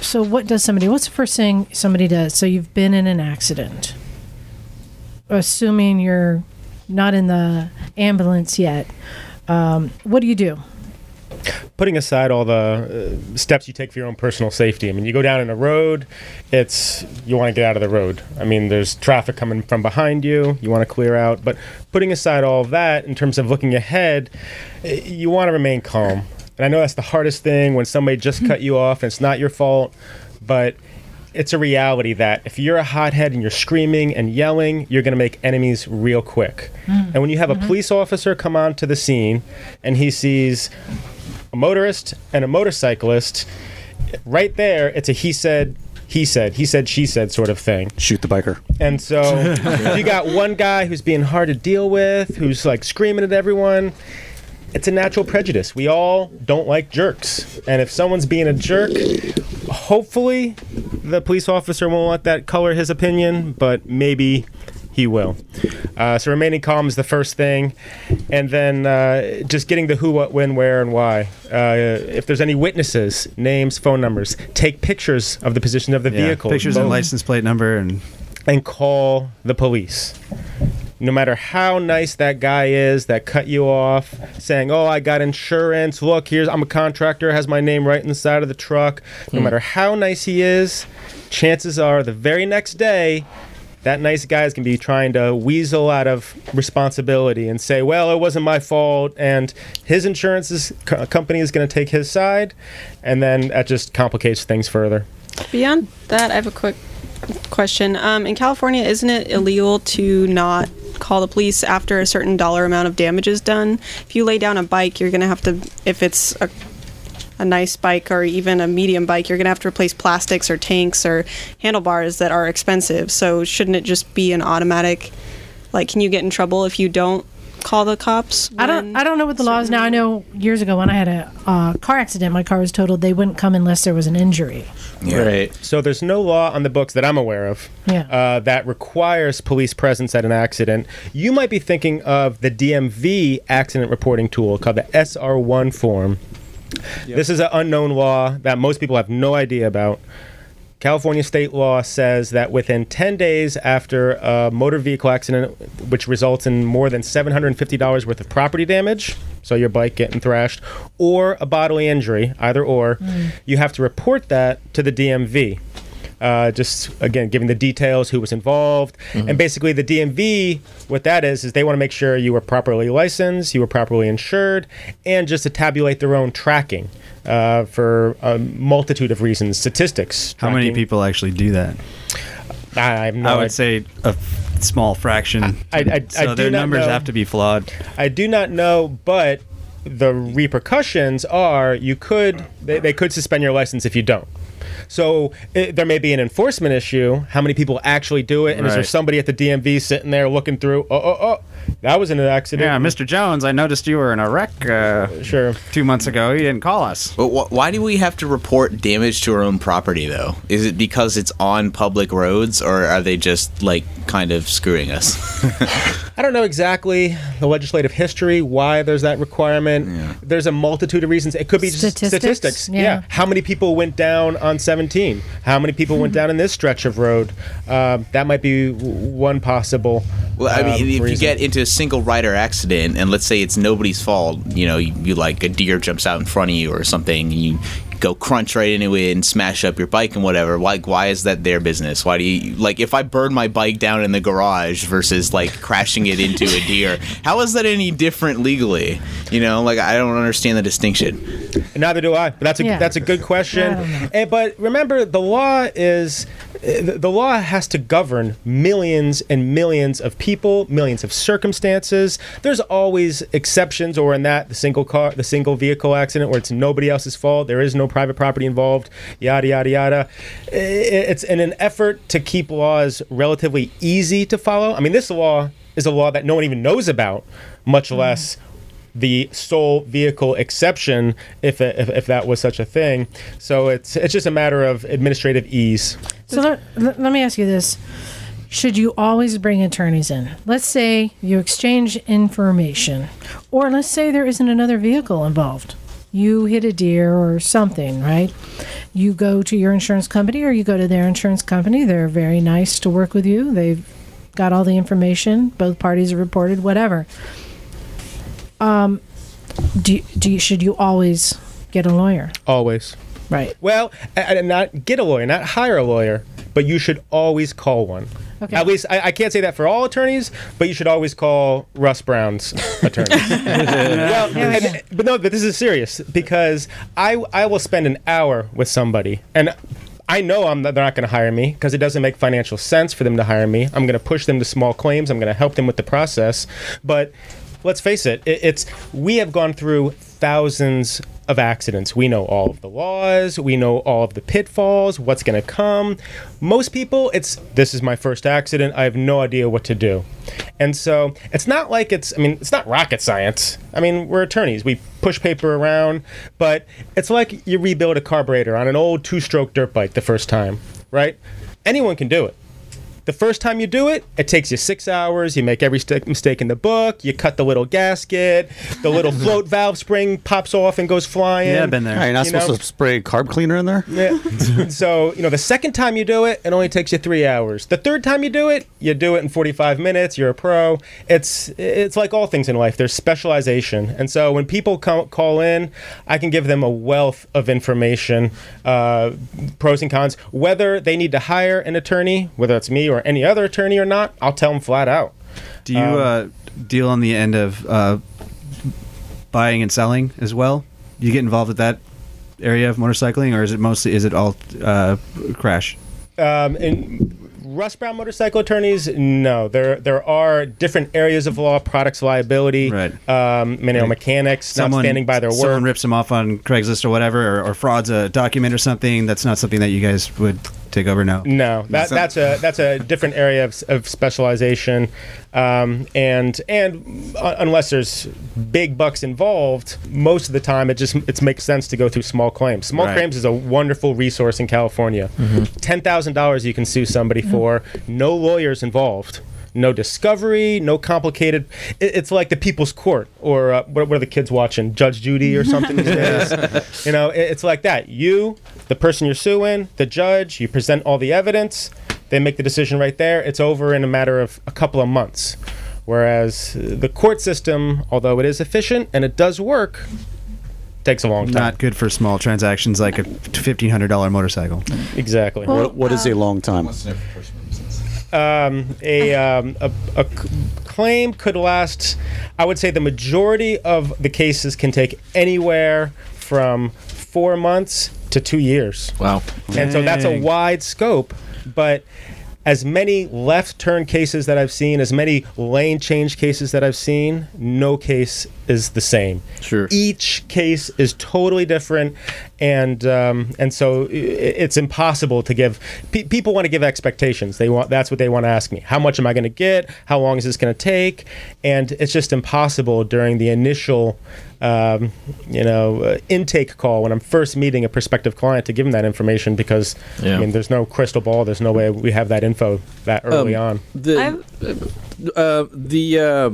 So, what does somebody? What's the first thing somebody does? So, you've been in an accident. Assuming you're not in the ambulance yet, um, what do you do?
putting aside all the uh, steps you take for your own personal safety. I mean, you go down in a road, it's you want to get out of the road. I mean, there's traffic coming from behind you, you want to clear out. But putting aside all of that, in terms of looking ahead, eh, you want to remain calm. And I know that's the hardest thing when somebody just cut you off and it's not your fault, but it's a reality that if you're a hothead and you're screaming and yelling, you're going to make enemies real quick.
Mm.
And when you have a police officer come onto the scene and he sees a motorist and a motorcyclist, right there, it's a he said, he said, he said, she said sort of thing.
Shoot the biker.
And
*laughs*
so if you got one guy who's being hard to deal with, who's like screaming at everyone. It's a natural prejudice. We all don't like jerks. And if someone's being a jerk, hopefully the police officer won't let that color his opinion, but maybe he will. Uh, so remaining calm is the first thing. And then uh, just getting the who, what, when, where, and why. Uh, if there's any witnesses, names, phone numbers, take pictures of the position of the
Yeah,
vehicle.
pictures and
both
license plate number and
and call the police. No matter how nice that guy is that cut you off, saying, "Oh, I got insurance. Look, here's I'm a contractor. Has my name right inside of the truck." No
Hmm.
matter how nice he is, chances are the very next day, that nice guy is gonna be trying to weasel out of responsibility and say, "Well, it wasn't my fault," and his insurance is, co- company is gonna take his side, and then that just complicates things further.
Beyond that, I have a quick question. Um, in California, isn't it illegal to not call the police after a certain dollar amount of damage is done? If you lay down a bike, you're going to have to, if it's a a nice bike or even a medium bike, you're going to have to replace plastics or tanks or handlebars that are expensive. So, shouldn't it just be an automatic? Like, can you get in trouble if you don't call the cops?
I don't. I don't know what the law is now. I know years ago when I had a uh, car accident, my car was totaled. They wouldn't come unless there was an injury.
Right. So there's no law on the books that I'm aware of
Yeah.
uh, that requires police presence at an accident. You might be thinking of the DMV accident reporting tool called the SR1 form. This is an unknown law that most people have no idea about. California state law says that within 10 days after a motor vehicle accident, which results in more than $750 worth of property damage, so your bike getting thrashed, or a bodily injury, either or, you have to report that to the DMV. Uh, just again, giving the details, who was involved, and basically the DMV. What that is is they want to make sure you were properly licensed, you were properly insured, and just to tabulate their own tracking uh, for a multitude of reasons, statistics.
how many
tracking.
people actually do that?
I, have no
I would
idea.
say a f- small fraction.
I- I- I
so
do
their
not
numbers
know.
have to be flawed.
I do not know, but the repercussions are you could they, they could suspend your license if you don't. So it, there may be an enforcement issue. How many people actually do it? And is there
Right.
somebody at the DMV sitting there looking through? Oh, oh, oh, that was an accident.
Yeah, Mr. Jones, I noticed you were in a wreck. Uh,
sure.
Two months ago, you didn't call us.
But wh- why do we have to report damage to our own property, though? Is it because it's on public roads, or are they just like kind of screwing us?
I don't know exactly the legislative history why there's that requirement. There's a multitude of reasons. It could be just
Statistics,
statistics.
yeah.
How many people went down on 17? How many people
Hmm.
went down in this stretch of road? Um, that might be w- one possible.
Well, I mean,
um,
if you
reason.
get into a single rider accident, and let's say it's nobody's fault, you know, you, you like a deer jumps out in front of you or something, and you go crunch right into it and smash up your bike and whatever. Like, why is that their business? Why do you like if I burn my bike down in the garage versus like crashing it into a deer? *laughs* How is that any different legally? You know, like I don't understand the distinction.
Neither do I. But that's a
Yeah.
that's a good question.
I don't
And, but remember, the law is eh, the the law has to govern millions and millions of people, millions of circumstances. There's always exceptions, or in that the single car, the single vehicle accident, where it's nobody else's fault. There is no private property involved. Yada yada yada. Eh, It's in an effort to keep laws relatively easy to follow. I mean, this law is a law that no one even knows about, much
Mm.
less the sole vehicle exception if, if if that was such a thing. So it's it's just a matter of administrative ease.
So let, let let me ask you this: Should you always bring attorneys in? Let's say you exchange information, or let's say there isn't another vehicle involved. You hit a deer or something, right? You go to your insurance company, or you go to their insurance company. They're very nice to work with you. They've got all the information. Both parties are reported. Whatever. Um, do you- do you, should you always get a lawyer.
Always.
Right.
Well, a- and not get a lawyer, not hire a lawyer, but you should always call one.
Okay.
At least I, I can't say that for all attorneys, but you should always call Russ Brown's
*laughs*
attorney. well,
There we
and- but no, but this is serious because I I will spend an hour with somebody and. I know I'm they're not going to hire me because it doesn't make financial sense for them to hire me. I'm going to push them to small claims. I'm going to help them with the process, but let's face it, it it's we have gone through thousands of accidents. We know all of the laws, we know all of the pitfalls, what's going to come. Most people, it's this is my first accident, I have no idea what to do. And so, it's not like it's I mean, it's not rocket science. I mean, we're attorneys. We push paper around, but it's like you rebuild a carburetor on an old two-stroke dirt bike the first time, right? Anyone can do it. The first time you do it, it takes you six hours. You make every st- mistake in the book. You cut the little gasket. The little float valve spring pops off and goes flying.
Are you not
You
supposed
know?
to spray carb cleaner in there?
Yeah. so, you know, the second time you do it, it only takes you three hours. The third time you do it, you do it in 45 minutes. You're a pro. It's it's like all things in life. There's specialization, and so when people come, call in, I can give them a wealth of information, uh, pros and cons, whether they need to hire an attorney, whether it's me or any other attorney or not. I'll tell them flat out.
Do you
Um,
uh, deal on the end of uh, buying and selling as well? Do you get involved with that area of motorcycling, or is it mostly is it all uh, crash?
Um, and Russ Brown motorcycle attorneys, no. There there are different areas of law, products liability, right. um, manual mechanics, not standing by their
Someone
word.
rips them off on Craigslist or whatever, or, or frauds a document or something. That's not something that you guys would take over now.
No, that, that's a that's a different area of, of specialization, um, and and uh, unless there's big bucks involved, most of the time it just it makes sense to go through small claims. Small
Right.
claims is a wonderful resource in California. thousand dollars you can sue somebody for, no lawyers involved. No discovery, no complicated. It, it's like the people's court, or uh, what, what are the kids watching? Judge Judy or something these days. You know, it, it's like that. You, the person you're suing, the judge, you present all the evidence, they make the decision right there. It's over in a matter of a couple of months. Whereas uh, the court system, although it is efficient and it does work, takes a long time.
Not good for small transactions like a fifteen hundred dollar motorcycle.
Exactly.
What, what is a long time?
um, a, um, a, a c- claim could last, I would say the majority of the cases can take anywhere from four months to two years.
Wow.
And so that's a
Dang.
wide scope, but as many left turn cases that I've seen, as many lane change cases that I've seen, no case is the same.
Sure.
Each case is totally different, and um, and so i- i it's impossible to give. Pe- people want to give expectations. They want that's what they want to ask me. How much am I going to get? How long is this going to take? And it's just impossible during the initial. Um, you know, uh, intake call when I'm first meeting a prospective client to give them that information because
Yeah.
I mean, there's no crystal ball. There's no way we have that info that early
Um,
on.
The uh, the uh,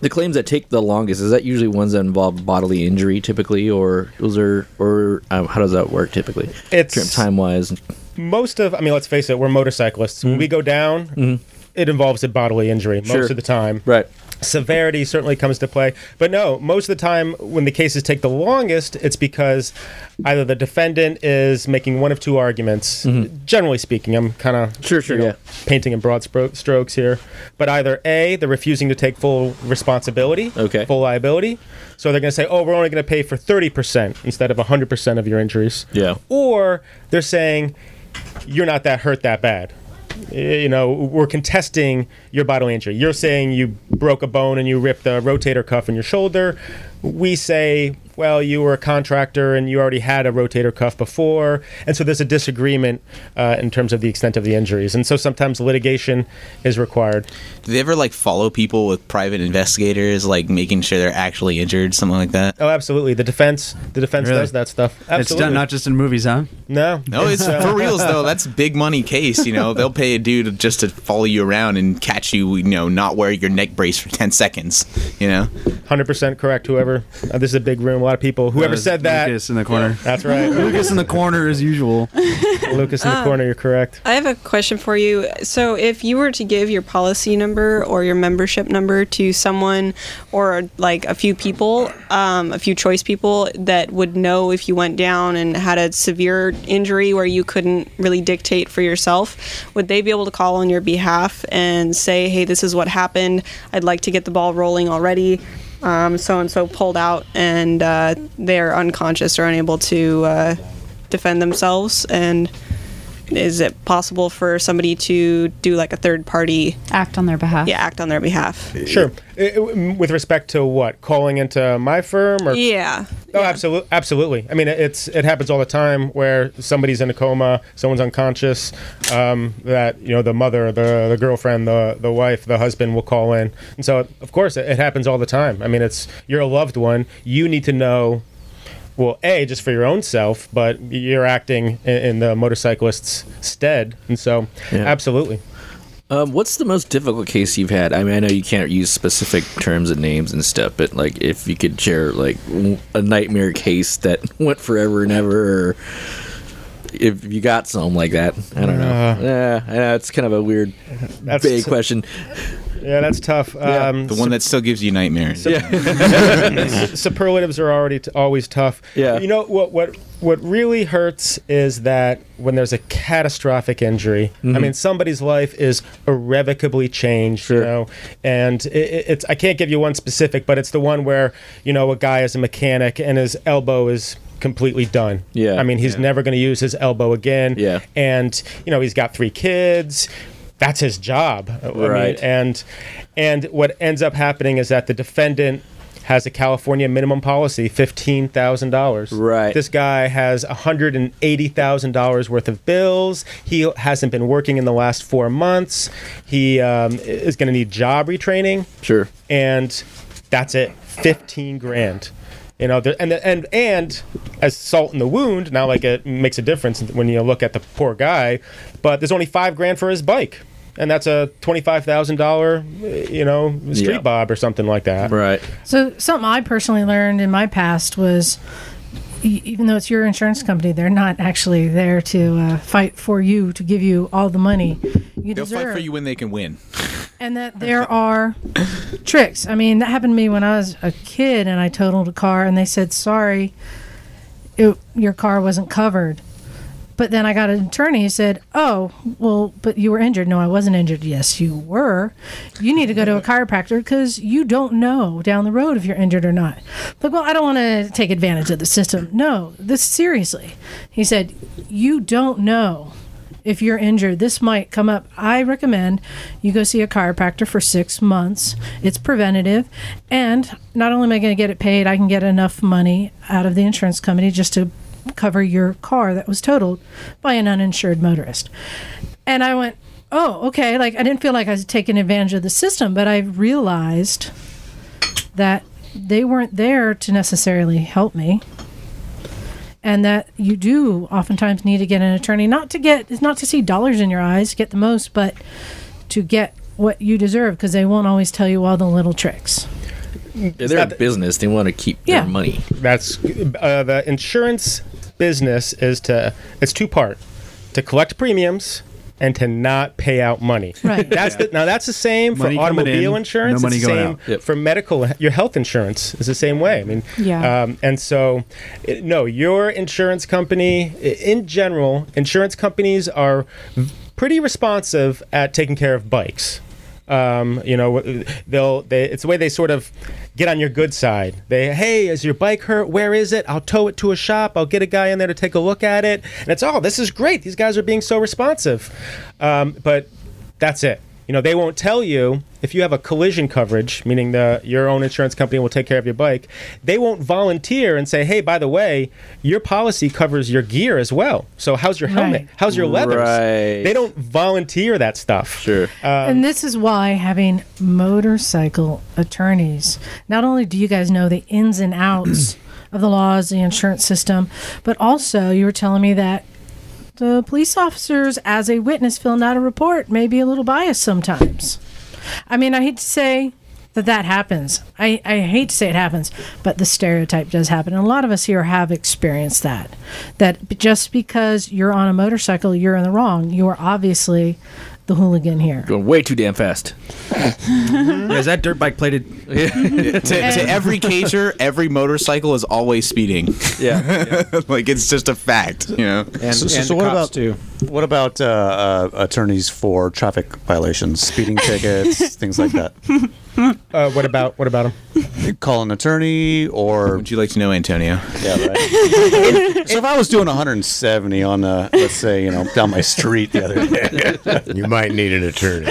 the claims that take the longest is that usually ones that involve bodily injury, typically, or was there, or um, how does that work typically?
It's-
time wise.
Most of, I mean, let's face it, we're motorcyclists. When we go down, it involves a bodily injury most
Sure.
of the time.
Right.
Severity certainly comes to play. But no, most of the time when the cases take the longest, it's because either the defendant is making one of two arguments. Generally speaking, I'm kind of Mm-hmm. sure, sure, yeah. painting in broad spro- strokes here. But either A, they're refusing to take full responsibility, okay. full liability. So they're going to say, oh, we're only going to pay for 30% instead of 100% of your injuries
Yeah.
or they're saying you're not that hurt that bad. Eh, You know, we're contesting your bodily injury. You're saying you broke a bone and you ripped the rotator cuff in your shoulder. We say, well, you were a contractor and you already had a rotator cuff before. And so there's a disagreement uh, in terms of the extent of the injuries. And so sometimes litigation is required.
Do they ever like follow people with private investigators, like making sure they're actually injured, something like that?
Oh, absolutely. The defense, the defense
Really?
does that stuff. Absolutely.
It's done not
just in movies, huh?
No,
No, it's
uh,
for reals though. That's big money case. You know, they'll pay a dude just to follow you around and catch you. You know, *laughs* not wear your neck brace for ten seconds. You know,
Hundred percent correct. Whoever uh, this is a big room. lot of people. Whoever
Uh,
said that,
Lucas in the corner.
That's
*laughs*
right.
Lucas in the corner as usual.
*laughs*
Uh,
Lucas in the
Ah.
corner. You're correct.
I have a question for you. So, if you were to give your policy number or your membership number to someone or like a few people, um, a few choice people that would know if you went down and had a severe injury where you couldn't really dictate for yourself, would they be able to call on your behalf and say, hey, this is what happened? I'd like to get the ball rolling already. Um, so and so pulled out and uh, they're unconscious or unable to uh, defend themselves and is it possible for somebody to do like a third party
act on their behalf?
Yeah, act on their behalf.
Sure. I- I- With respect to what calling into my firm or
Yeah.
Oh, absolutely, absolutely. I mean, it's it happens all the time where somebody's in a coma, someone's unconscious. Um, that you know, the mother, the the girlfriend, the the wife, the husband will call in, and so of course it, it happens all the time. I mean, it's you're a loved one. You need to know. Well, a just for your own self, but you're acting in, in the motorcyclist's stead, and so absolutely.
Um, what's the most difficult case you've had? I mean, I know you can't use specific terms and names and stuff, but like if you could share like w- a nightmare case that *laughs* went forever and ever, or if you got some like that, I don't know.
Uh.
Yeah, I know it's kind of a weird,
That's
vague
t-
question.
Yeah, that's tough. Um,
the one that still gives you nightmares.
*laughs*
*laughs*
superlatives are already t- always tough. Yeah. You know what? What what really hurts is that when there's a catastrophic injury. I
Mm-hmm.
Mhm.
mean, somebody's life is irrevocably changed. You know, and i i it's I can't give you one specific, but it's the one where you know a guy is a mechanic and his elbow is completely done.
Yeah.
I mean, he's never going to use his elbow again. Yeah. And you know, he's got three kids. That's his job. I mean,
Right.
and and what ends up happening is that the defendant has a California minimum policy, fifteen thousand dollars. Right. This guy has hundred and eighty thousand dollars worth of bills. He hasn't been working in the last four months. He um, is going to need job retraining.
Sure.
And that's it. Fifteen grand. You know, there, and and and as salt in the wound. Now, like it makes a difference when you look at the poor guy, but there's only five grand for his bike, and that's a twenty-five thousand dollar, you know, street
Yeah.
bob or something like that.
Right.
So something I personally learned in my past was, e- even though it's your insurance company, they're not actually there to uh, fight for you to give you all the money you
They'll
deserve.
fight for you when they can win.
and that there are tricks. I mean, that happened to me when I was a kid and I totaled a car and they said, sorry, it, your car wasn't covered. But then I got an attorney who said, oh, well, but you were injured. No, I wasn't injured. Yes, you were. You need to go to a chiropractor because you don't know down the road if you're injured or not. Like, well, I don't want to take advantage of the system. No, this seriously. He said, you don't know if you're injured, this might come up. I recommend you go see a chiropractor for six months. It's preventative. And not only am I going to get it paid, I can get enough money out of the insurance company just to cover your car that was totaled by an uninsured motorist. And I went, oh, okay. Like, I didn't feel like I was taking advantage of the system, but I realized that they weren't there to necessarily help me and that you do oftentimes need to get an attorney not to get it's not to see dollars in your eyes get the most but to get what you deserve because they won't always tell you all the little tricks
Yeah, they're a business; they want to keep
Yeah.
their money.
That's uh, the insurance business is to it's two part to collect premiums and to not pay out money.
Right.
That's the, now that's the same
Money
for
coming
automobile
in,
insurance.
no
it's
money
the
going
same
out. Yep.
for medical. Your health insurance is the same way. I mean,
Yeah.
Um, and so, it- no, your insurance company i- in general, insurance companies are pretty responsive at taking care of bikes. Um, you know, wh- they'll they it's the way they sort of get on your good side. They hey, is your bike hurt? Where is it? I'll tow it to a shop. I'll get a guy in there to take a look at it. And it's oh, this is great. These guys are being so responsive. Um, but that's it. You know, they won't tell you if you have a collision coverage, meaning the your own insurance company will take care of your bike. They won't volunteer and say, "Hey, by the way, your policy covers your gear as well. So how's your helmet?
Right.
How's your leathers?"
Right.
They don't volunteer that stuff. Um, Sure.
and this is why having motorcycle attorneys not only do you guys know the ins and outs of the laws the insurance system but also you were telling me that the police officers as a witness filling out a report may be a little biased sometimes i mean i hate to say that that happens. I, I hate to say it happens, but the stereotype does happen. And a lot of us here have experienced that. That b- just because you're on a motorcycle, you're in the wrong. You are obviously the hooligan here.
Going way too damn fast.
Yeah, is that dirt bike plated?
to, to every cager, every motorcycle is always speeding. *laughs*
Yeah,
like it's just a fact, you know.
so, so- so what about what about uh, uh, attorneys for traffic violations, *laughs* speeding tickets, things like that?
Uh, what about what
*laughs*
about him?
Call an attorney, or would
you like to know Antonio?
Yeah, right. *laughs* so if I was doing 170 on, uh, let's say, you know, down my street the other day,
you might need an attorney.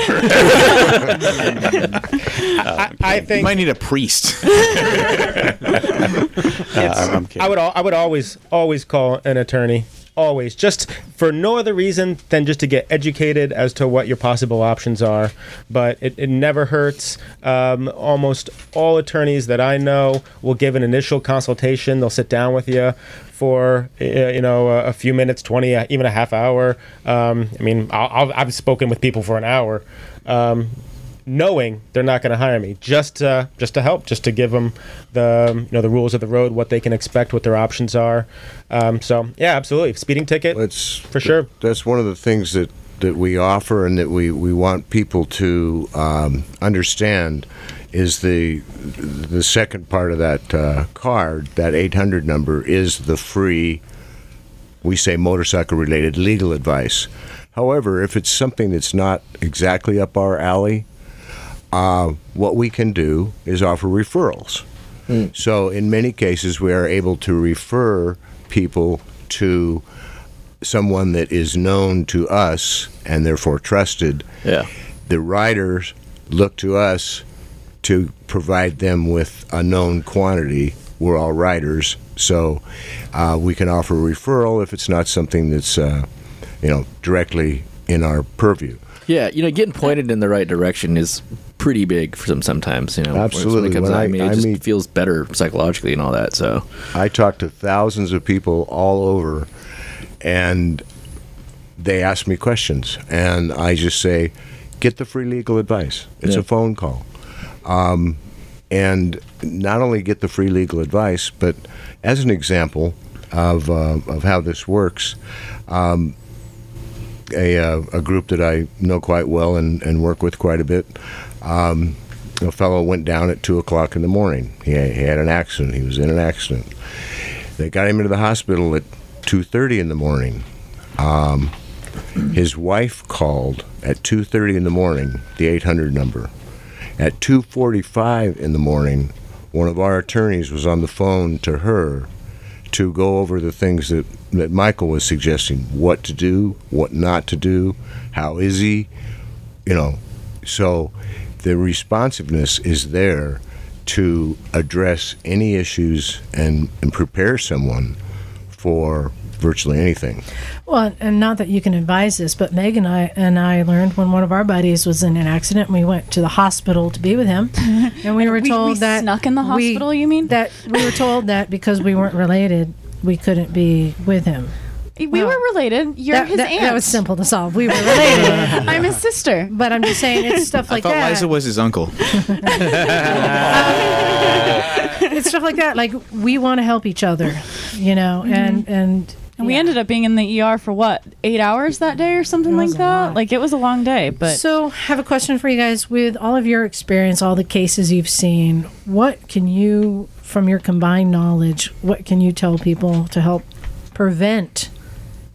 I, I think
you
*laughs*
might need a priest.
It's-
I'm
I would al- I would always always call an attorney. Always, just for no other reason than just to get educated as to what your possible options are. But it, it never hurts. Um, almost all attorneys that I know will give an initial consultation. They'll sit down with you for uh, you know a, a few minutes, twenty, uh, even a half hour. Um, I mean, I'll, I'll, I've spoken with people for an hour. Um, knowing they're not going to hire me just to, just to help just to give them the you know the rules of the road what they can expect what their options are um, so *laughs* yeah absolutely speeding ticket for sure
That's one of the things that, that we offer and that we, we want people to um, understand is the the second part of that uh, card, that 800 number, is the free, we say motorcycle related legal advice. However, if it's something that's not exactly up our alley, uh, what we can do is offer referrals. So, in many cases, we are able to refer people to someone that is known to us and therefore trusted.
Yeah.
The riders look to us to provide them with a known quantity. We're all riders, so uh, we can offer a referral if it's not something that's, uh, you know, directly in our purview.
Yeah, you know, getting pointed in the right direction is pretty big for them sometimes. You know,
Absolutely.
When it comes
When
out,
I-
I mean, it
I
just
meet-
feels better psychologically and all that. So
I talk to thousands of people all over, and they ask me questions, and I just say, "Get the free legal advice. It's
Yeah.
a phone call." Um, and not only get the free legal advice, but as an example of uh, of how this works, um, a, uh, a group that I know quite well and, and work with quite a bit. Um, a fellow went down at two o'clock in the morning. He, he had an accident. He was in an accident. They got him into the hospital at two thirty in the morning. Um, his wife called at two thirty in the morning, the eight hundred number. At two forty-five in the morning, one of our attorneys was on the phone to her to go over the things that, that Michael was suggesting what to do, what not to do, how is he, you know. So the responsiveness is there to address any issues and, and prepare someone for virtually anything.
Well, and not that you can advise this, but Meg and I and I learned when one of our buddies was in an accident, we went to the hospital to be with
*laughs*
him, and we were
we-
told
we
that
snuck in the
we-
hospital, you mean?
that we were told that because we weren't related, we couldn't be with him.
We were related. You're
that,
his
that,
aunt.
That was simple to solve. We were related.
*laughs* I'm his sister.
But I'm just saying it's stuff
I
like
thought
that.
Liza was his uncle.
it's stuff like that. Like we want to help each other, you know,
Mm-hmm.
and and
And we ended up being in
E
the ER for what, eight hours that day or something like that? Like it was a long day, but
so have a question for you guys with all of your experience all the cases you've seen what can you from your combined knowledge what can you tell people to help prevent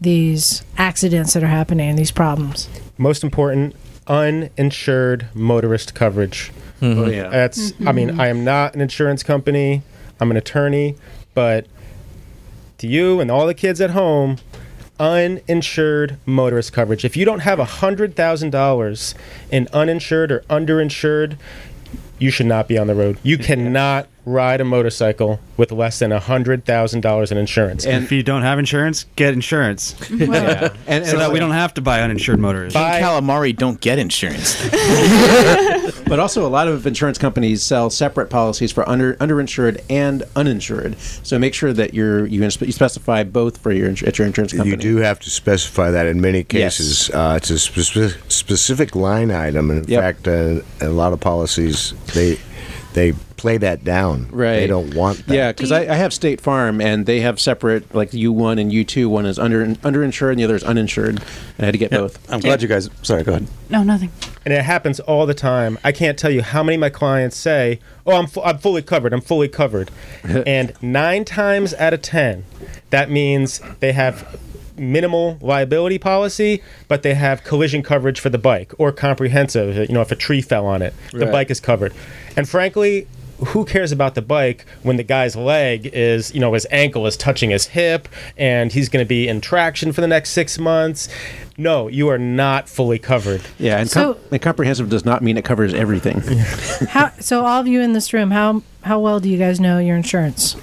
these accidents that are happening and these problems
most important uninsured motorist coverage
Mhm. Oh, yeah.
that's i
Mm-hmm.
mean i am not an insurance company i'm an attorney but to you and all the kids at home uninsured motorist coverage if you don't have $100000 in uninsured or underinsured you should not be on the road you cannot ride a motorcycle with less than $100,000 in insurance.
And if you don't have insurance, get
*laughs*
insurance.
Yeah.
And, so that we don't have to buy uninsured motorists.
King calamari don't get
*laughs*
insurance.
but also, a lot of insurance companies sell separate policies for under underinsured and uninsured. So make sure that you're you, inspe- you specify both for your insur- at your insurance company.
You do have to specify that in many cases. Uh, it's a speci- specific line item, and in
Yep.
fact, uh, a lot of policies they they play that down. They
Right.
don't want that.
Yeah, because I, I have State Farm, and they have separate like U one and U two. One is under underinsured, and the other is uninsured. And I had to get both.
I'm glad you guys. Sorry, go ahead.
No, nothing.
And it happens all the time. I can't tell you how many of my clients say, "Oh, I'm fu- I'm fully covered. I'm fully covered," and nine times out of ten, that means they have minimal liability policy, but they have collision coverage for the bike or comprehensive. You know, if a tree fell on it, the
Right.
bike is covered. And frankly. Who cares about the bike when the guy's leg is, you know, his ankle is touching his hip and he's going to be in traction for the next six months? No, you are not fully covered.
Yeah, and,
So-
com- and comprehensive does not mean it
*laughs*
covers everything.
How, so all of you in this room, how how well do you guys know your insurance?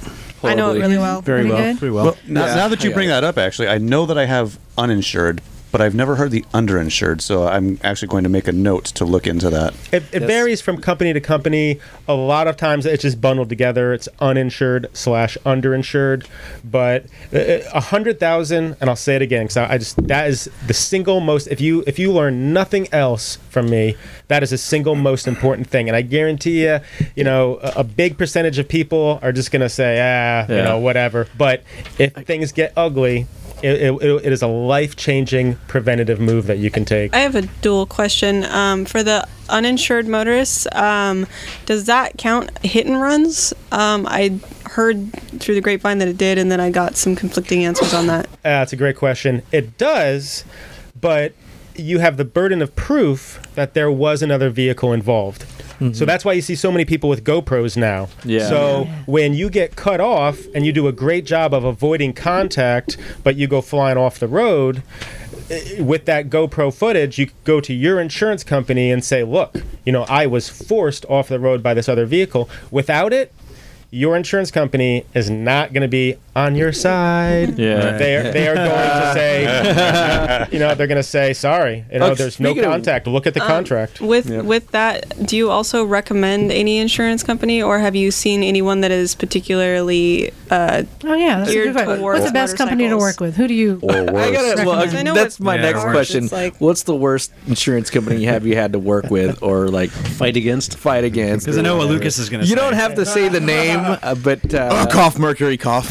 I know it really well.
Very
Pretty
well.
good?
now, now that you bring that up, actually, I know that I have uninsured, but I've never heard the underinsured. So I'm actually going to make a note to look into that.
It, it varies from company to company. A lot of times it's just bundled together. It's uninsured slash underinsured, but uh, a hundred thousand, and I'll say it again because I, I just that is the single most. If you if you learn nothing else from me, that is the single most important thing. And I guarantee you, you know, a, a big percentage of people are just gonna say, ah, you
Yeah.
know, whatever. But if things get ugly. It, it, it is a life changing preventative move that you can take.
I have a dual question. Um, for the uninsured motorists, um, does that count hit and runs? Um, I heard through the grapevine that it did, and then I got some conflicting answers on that.
Uh, that's a great question. It does, but you have the burden of proof that there was another vehicle involved. So that's why you see so many people with GoPros now.
Mm-hmm. Yeah.
So when you get cut off and you do a great job of avoiding contact, but you go flying off the road, eh, with that GoPro footage, you could go to your insurance company and say, look, you know, I was forced off the road by this other vehicle. Without it, your insurance company is not going to be on your side.
Yeah.
They are, they are going to say, you know, they're going to say, sorry, you know,
Look,
uh, there's no
speaking of-
contact. Look at the
Um,
contract.
With with that, do you also recommend any insurance company, or have you seen anyone that is particularly? Uh,
oh yeah, that's a
geared
good question.
towards
What's the best company to work with? Who do you?
Or
*laughs*
I gotta, well,
recommend?
that's my next
worse.
question.
It's like-
What's the worst insurance company you have you had to work with or like fight against? Fight against.
'Cause I know what Lucas is gonna
You
say.
don't have to say
*laughs*
the name, uh,
*laughs*
but uh,
cough, Mercury, cough.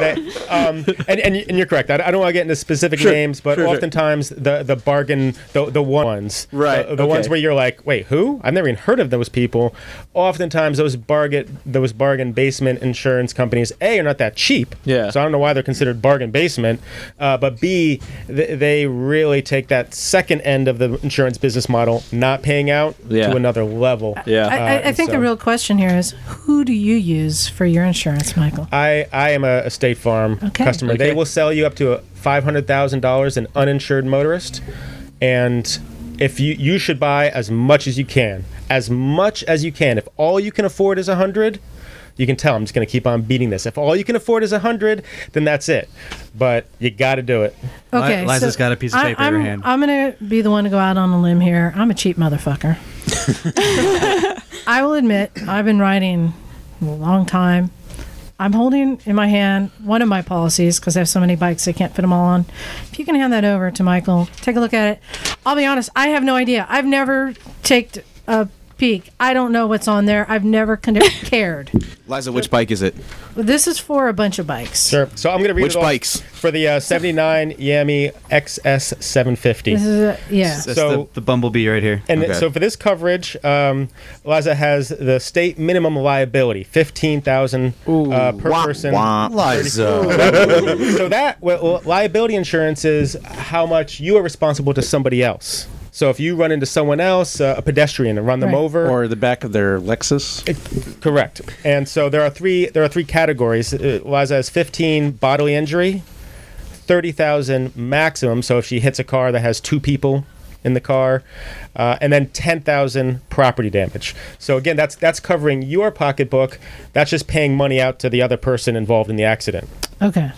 That- um, and, and, and you're correct. I, I don't want to get into specific
Sure,
names, but
sure, sure.
oftentimes the, the bargain, the, the ones,
Right,
the, the ones
okay.
where you're like, wait, who? I've never even heard of those people. Oftentimes those bargain, those bargain basement insurance companies, A, are not that cheap.
Yeah.
So I don't know why they're considered bargain basement, uh, but B, th- they really take that second end of the insurance business model, not paying out,
Yeah.
to another level.
Yeah.
Uh,
I, I, I
and
think
so-
the real question here is who do you use for your insurance, Michael?
I, I am a, a State Farm
Okay.
customer. They
Okay.
will sell you up to a five hundred thousand dollars in uninsured motorist, and if you you should buy as much as you can, as much as you can. If all you can afford is a hundred, you can tell I'm just going to keep on beating this. If all you can afford is a hundred, then that's it. But you got to do it.
Okay,
Liza's
so
got a piece of
I-
paper in her
I'm-
hand.
I'm gonna be the one to go out on a limb here. I'm a cheap
*laughs*
motherfucker. I will admit, I've been riding a long time. I'm holding in my hand one of my policies because I have so many bikes I can't fit them all on. If you can hand that over to Michael, take a look at it. I'll be honest, I have no idea. I've never taken a peek. I don't know what's on there. I've never con- *laughs* cared.
Liza, which bike is it?
This is for a bunch of bikes.
Sure. So I'm going to read
Which
it off
bikes?
for the uh, 79 Yami XS 750.
This is a, yeah.
That's so, the, the bumblebee right here.
And th- so for this coverage, um, Liza has the state minimum liability, fifteen thousand uh, per
wah,
person.
wah.
Liza. *laughs* so that well, well, liability insurance is how much you are responsible to somebody else. So if you run into someone else, uh, a pedestrian, and run them
Right.
over,
or the back of their Lexus.
Correct. And so there are three. There are three categories. Uh, Liza has 15 bodily injury, 30,000 maximum. So if she hits a car that has two people, in the car, uh, and then ten thousand property damage. So again, that's that's covering your pocketbook. That's just paying money out to the other person involved in the accident.
Okay.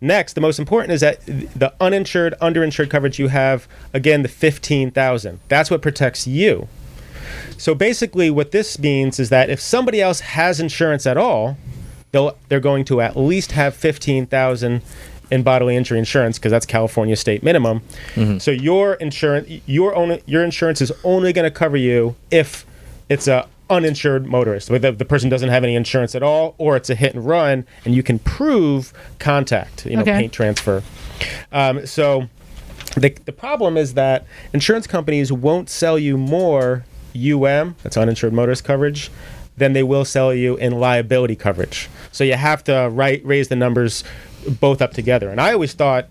Next, the most important is that the uninsured, underinsured coverage you have, again, the 15,000. That's what protects you. So basically, what this means is that if somebody else has insurance at all, they'll, they're going to at least have 15,000 in bodily injury insurance because that's California state minimum.
Mhm.
So your insurance, your own, your insurance is only going to cover you if it's a uninsured motorist, where the, the person doesn't have any insurance at all, or it's a hit and run, and you can prove contact, you know,
Okay.
paint transfer. Um, so the, the problem is that insurance companies won't sell you more UM, that's uninsured motorist coverage, than they will sell you in liability coverage. So you have to write, raise the numbers both up together. And I always thought,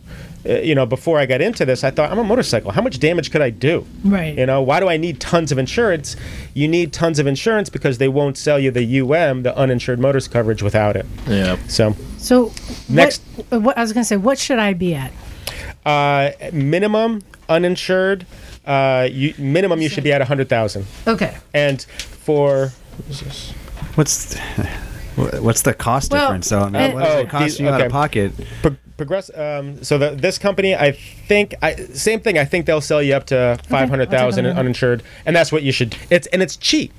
uh, you know, before I got into this, I thought, I'm a motorcycle. How much damage could I do?
Right.
You know, why do I need tons of insurance? You need tons of insurance because they won't sell you the UM, the uninsured motorist coverage, without it.
Yeah.
So
So
Next.
what, uh, what I was gonna say, what should I be at?
uh, minimum uninsured. Uh, you, minimum you should be at a hundred thousand.
Okay.
And for what is this?
What's wh- what's the cost
Well,
difference though? on that?
and-
What does
Oh,
it cost
the-
you out
okay.
of pocket? *laughs*
progress. Um, so the, this company, I think, I, same thing. I think they'll sell you up to five hundred thousand
I'll take a look.
uninsured, and that's what you should. It's and it's cheap.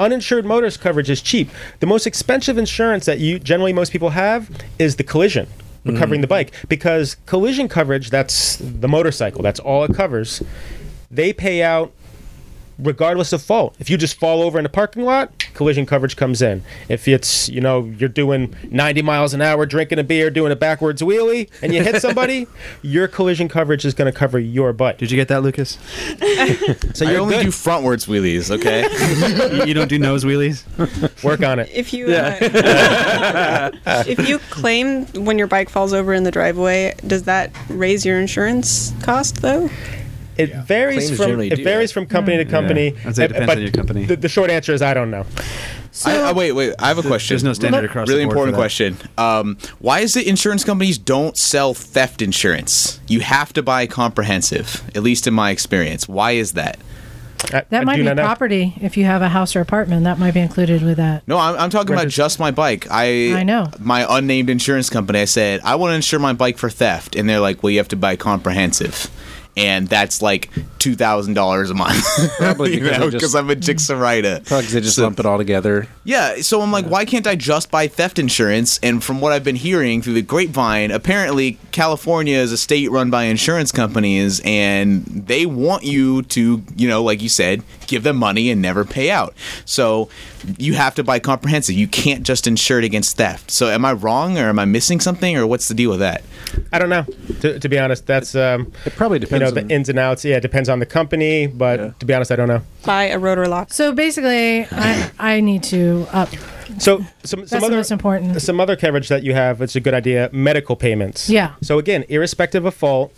Uninsured motorist coverage is cheap. The most expensive insurance that you generally most people have is the collision. Recovering the bike because collision coverage that's the motorcycle that's all it covers they pay out regardless of fault. If you just fall over in a parking lot, collision coverage comes in. If it's, you know, you're doing 90 miles an hour, drinking a beer, doing a backwards wheelie, and
*laughs*
you hit somebody, your collision coverage is going to cover your butt. Did
you get that, Lucas?
so
I
you're
only
good.
do frontwards wheelies,
*laughs*
okay?
you don't do nose wheelies?
*laughs* Work on it.
If you uh, if *laughs* you claim when your bike falls over in the driveway, does that raise your insurance cost though?
It varies
Claims
from
generally
it
do
varies
that.
from company to
Yeah.
company.
I'd say it
uh,
depends
but
on your company.
The, the short answer is I don't know.
I, I- wait, wait. I have a question.
there's no standard across the
Really
board for
important
that.
question. Um, why is it insurance companies don't sell theft insurance? You have to buy comprehensive, at least in my experience. Why is that?
That might be property if you have a house or apartment. That might be included with that.
No, I'm, I'm talking about just my bike. I
I know.
my unnamed insurance company. I said I want to insure my bike for theft, and they're like, "Well, you have to buy comprehensive." And that's like two thousand dollars a month,
Probably
*laughs* You
because
know,
they just-
I'm a Jixorida.
Probably 'cause they just lump it all
*laughs*
together.
Yeah, so I'm like, why can't I just buy theft insurance? And from what I've been hearing through the grapevine, apparently California is a state run by insurance companies, and they want you to, you know, like you said, give them money and never pay out. So you have to buy comprehensive. You can't just insure it against theft. So am I wrong, or am I missing something, or what's the deal with that?
I don't know. To, to be honest, that's um, it
probably
You know
depends
the ins and outs. Yeah, it depends on the company, but to be honest, I don't know.
By a rotor lock.
So basically, I I need to up.
So some
That's
some
the
other
most important.
some other coverage that you have. It's a good idea. Medical payments.
Yeah.
So again, irrespective of fault,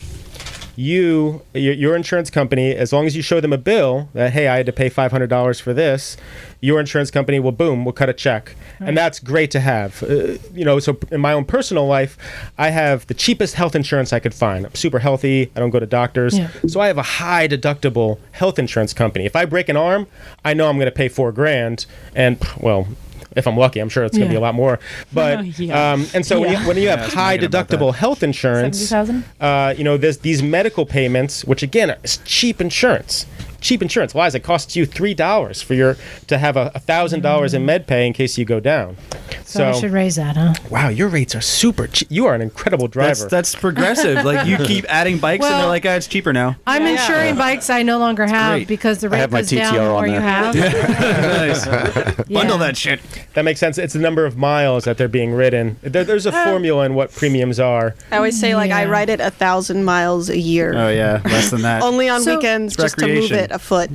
you your, your insurance company, as long as you show them a bill that hey, I had to pay five hundred dollars for this, your insurance company will boom will cut a check, and that's great to have. Uh, you know, so in my own personal life, I have the cheapest health insurance I could find. I'm super healthy. I don't go to doctors,
Yeah.
so I have a high deductible health insurance company. If I break an arm, I know I'm going to pay four grand, and well. If I'm lucky, I'm sure it's going to be
Yeah.
a lot more. But
*laughs* Yeah.
um, and so when you,
Yeah.
when you
Yeah, I
have
was
high
thinking about that.
deductible health insurance,
70,000?
uh, you know, there's these medical payments, which again is cheap insurance. Cheap insurance. Why is it costs you three dollars for your to have a thousand dollars in med pay in case you go down?
So, I should raise that, huh?
wow, your rates are super cheap. You are an incredible driver.
That's that's progressive. like you
*laughs*
keep adding bikes, and they're
Well-
like, ah, it's cheaper now.
I'm insuring bikes I no longer have
great.
because the
I
rate
have my
goes down
TTR
the
on
more you
there.
have.
*laughs*
Bundle that shit. That makes sense. It's the number of miles that they're being ridden. There, there's a
Uh,
formula in what premiums are.
I always say like I ride it a thousand miles a year.
Oh, yeah, less than that.
*laughs* Only on
So-
weekends, just to move it afoot.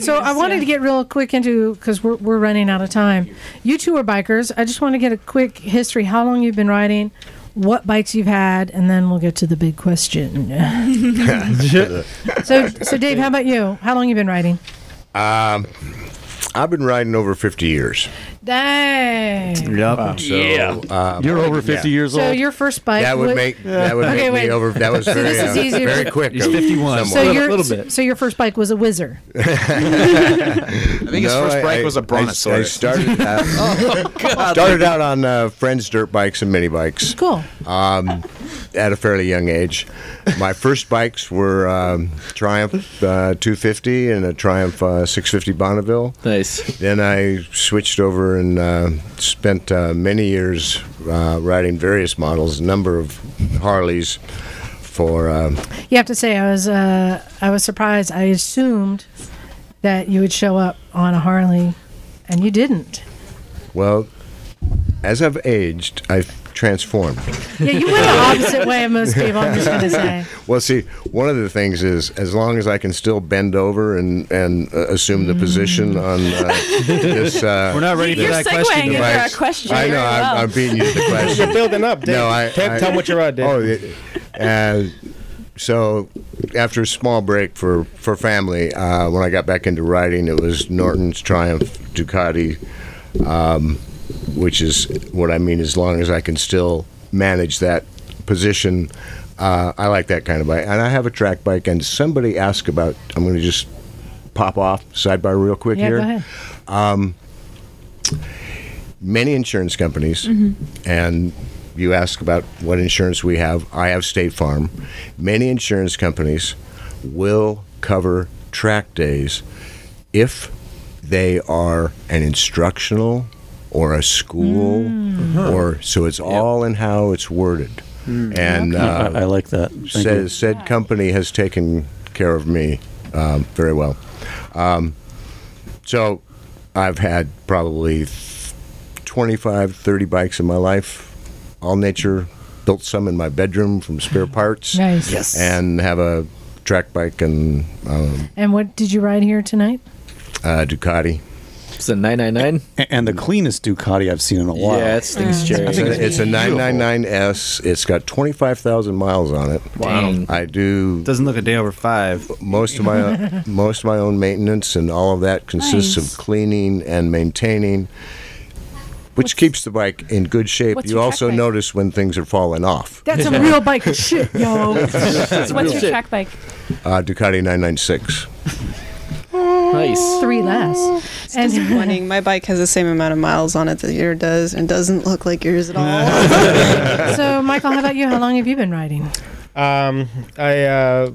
So I wanted to get real quick into because we're, we're running out of time. You two are bikers. I just want to get a quick history. How long you've been riding, what bikes you've had, and then we'll get to the big question. *laughs* so so Dave, how about you? How long you been riding?
*laughs* Um, I've been riding over 50 years.
Dang.
So, um,
You're over 50 years
So your first bike
That would
was-
make- that would
Okay,
make me
wait.
over- that was
so
very,
this is
uh,
easier.
very quick He's of 51.
So
someone.
your
A little bit.
So your first bike was
*laughs*
a whizzer.
I
think his first bike was a
I,
brontosaurus.
started, uh, started out on uh, friends' dirt bikes and mini bikes.
Cool.
Um, at a fairly young age, my first bikes were um, Triumph uh, 250 and a Triumph uh, 650 Bonneville.
Nice.
Then I switched over and uh, spent uh, many years uh, riding various models, a number of Harleys. For um,
You have to say I was uh, I was surprised. I assumed that you would show up on a Harley, and you didn't.
well, as I've aged, I've transformed.
Yeah, you went the opposite way of most people. I'm
*laughs*
just gonna say.
Well, see, one of the things is as long as I can still bend over and and uh, assume the position on
*laughs*
uh, this. Uh,
We're not ready for Mm. You're that question, segueing into
device.
our question
I know.
very
I'm,
well.
I'm beating you to *laughs*
*laughs*
the question.
You're building up, Dave.
No, I,
Tell-
I-
tell 'em what you're on, Dave.
Oh, yeah. uh, so after a small break for for family, uh, when I got back into riding, it was Norton's Triumph Ducati, um, which is what I mean. As long as I can still manage that position, uh, I like that kind of bike. And I have a track bike. And somebody asked about. I'm going to just pop off sidebar real quick
Yeah,
here.
go ahead.
Um, many insurance companies,
Mhm.
and you ask about what insurance we have. I have State Farm. Many insurance companies will cover track days if they are an instructional or a school, or so it's all in how it's worded.
Mm.
And
Okay.
uh,
Mm. I- I like that. Thank
said,
you.
said company has taken care of me um, very well. Um, so I've had probably 25, 30 bikes in my life, all nature. Built some in my bedroom from spare parts.
Nice. Yes.
And have a track bike and um,
And what did you ride here tonight?
uh, Ducati.
It's a 999.
And the cleanest Ducati I've seen in a while.
Yeah, it's things cherry.
Mm. It's a, it's a 999S. It's got 25,000 miles on it.
Wow. Dang.
I do.
Doesn't look a day over five.
Most of
*laughs*
my most of my own maintenance and all of that consists
Nice.
of cleaning and maintaining, which keeps the bike in good shape.
what's
You
your track
also
bike?
notice when things are falling off.
That's some real bike shit, *laughs* *laughs* yo.
That's
what's
real.
your track
*laughs*
bike?
*laughs* Uh, Ducati 996.
Nice.
Three less.
And disappointing. My bike has the same amount of miles on it that yours does, and doesn't look like yours
*laughs*
at all.
so, Michael, how about you? How long have you been riding?
Um, I uh,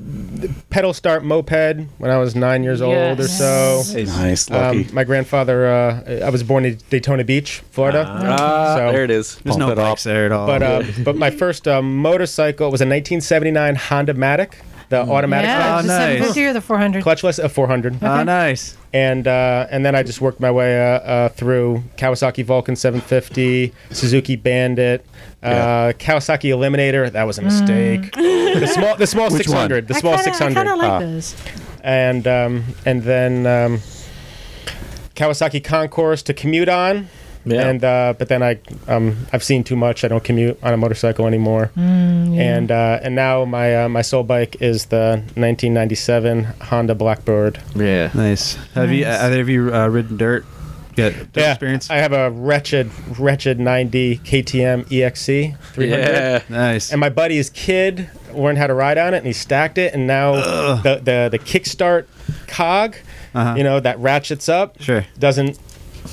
pedal start moped when I was nine years old or
Yes.
so.
Nice, lucky.
Um, my grandfather, uh, I was born in Daytona Beach, Florida.
Ah, there it is. There's no Pump it
bikes there at
all.
But
*laughs*
uh,
Yeah.
but my first uh, motorcycle was a 1979 Honda Matic, the automatic.
yeah, the 750 or the 400?
Clutchless of 400.
Ah, Okay.
nice. And uh, and then I just worked my way uh, uh, through Kawasaki Vulcan 750, Suzuki Bandit, uh, Kawasaki Eliminator. That was a mistake. the small the small
Which
600,
one?
the
Mm. I
small
kinda- I
600.
kinda like Ah.
those.
And um, and then um, Kawasaki Concourse to commute on.
Yeah.
And uh, but then I um, I've seen too much. I don't commute on a motorcycle anymore.
Mm, yeah.
And uh, and now my uh, my soul bike is the 1997 Honda Blackbird.
Yeah.
Nice. Have you
Nice.
either of you uh, ridden dirt? Yeah. dirt Experience.
I have a wretched, wretched 90 KTM EXC 300.
Yeah. Nice.
And my buddy's kid learned how to ride on it, and he stacked it, and now the, the the kickstart cog,
Uh-huh.
you know, that ratchets up,
Sure.
doesn't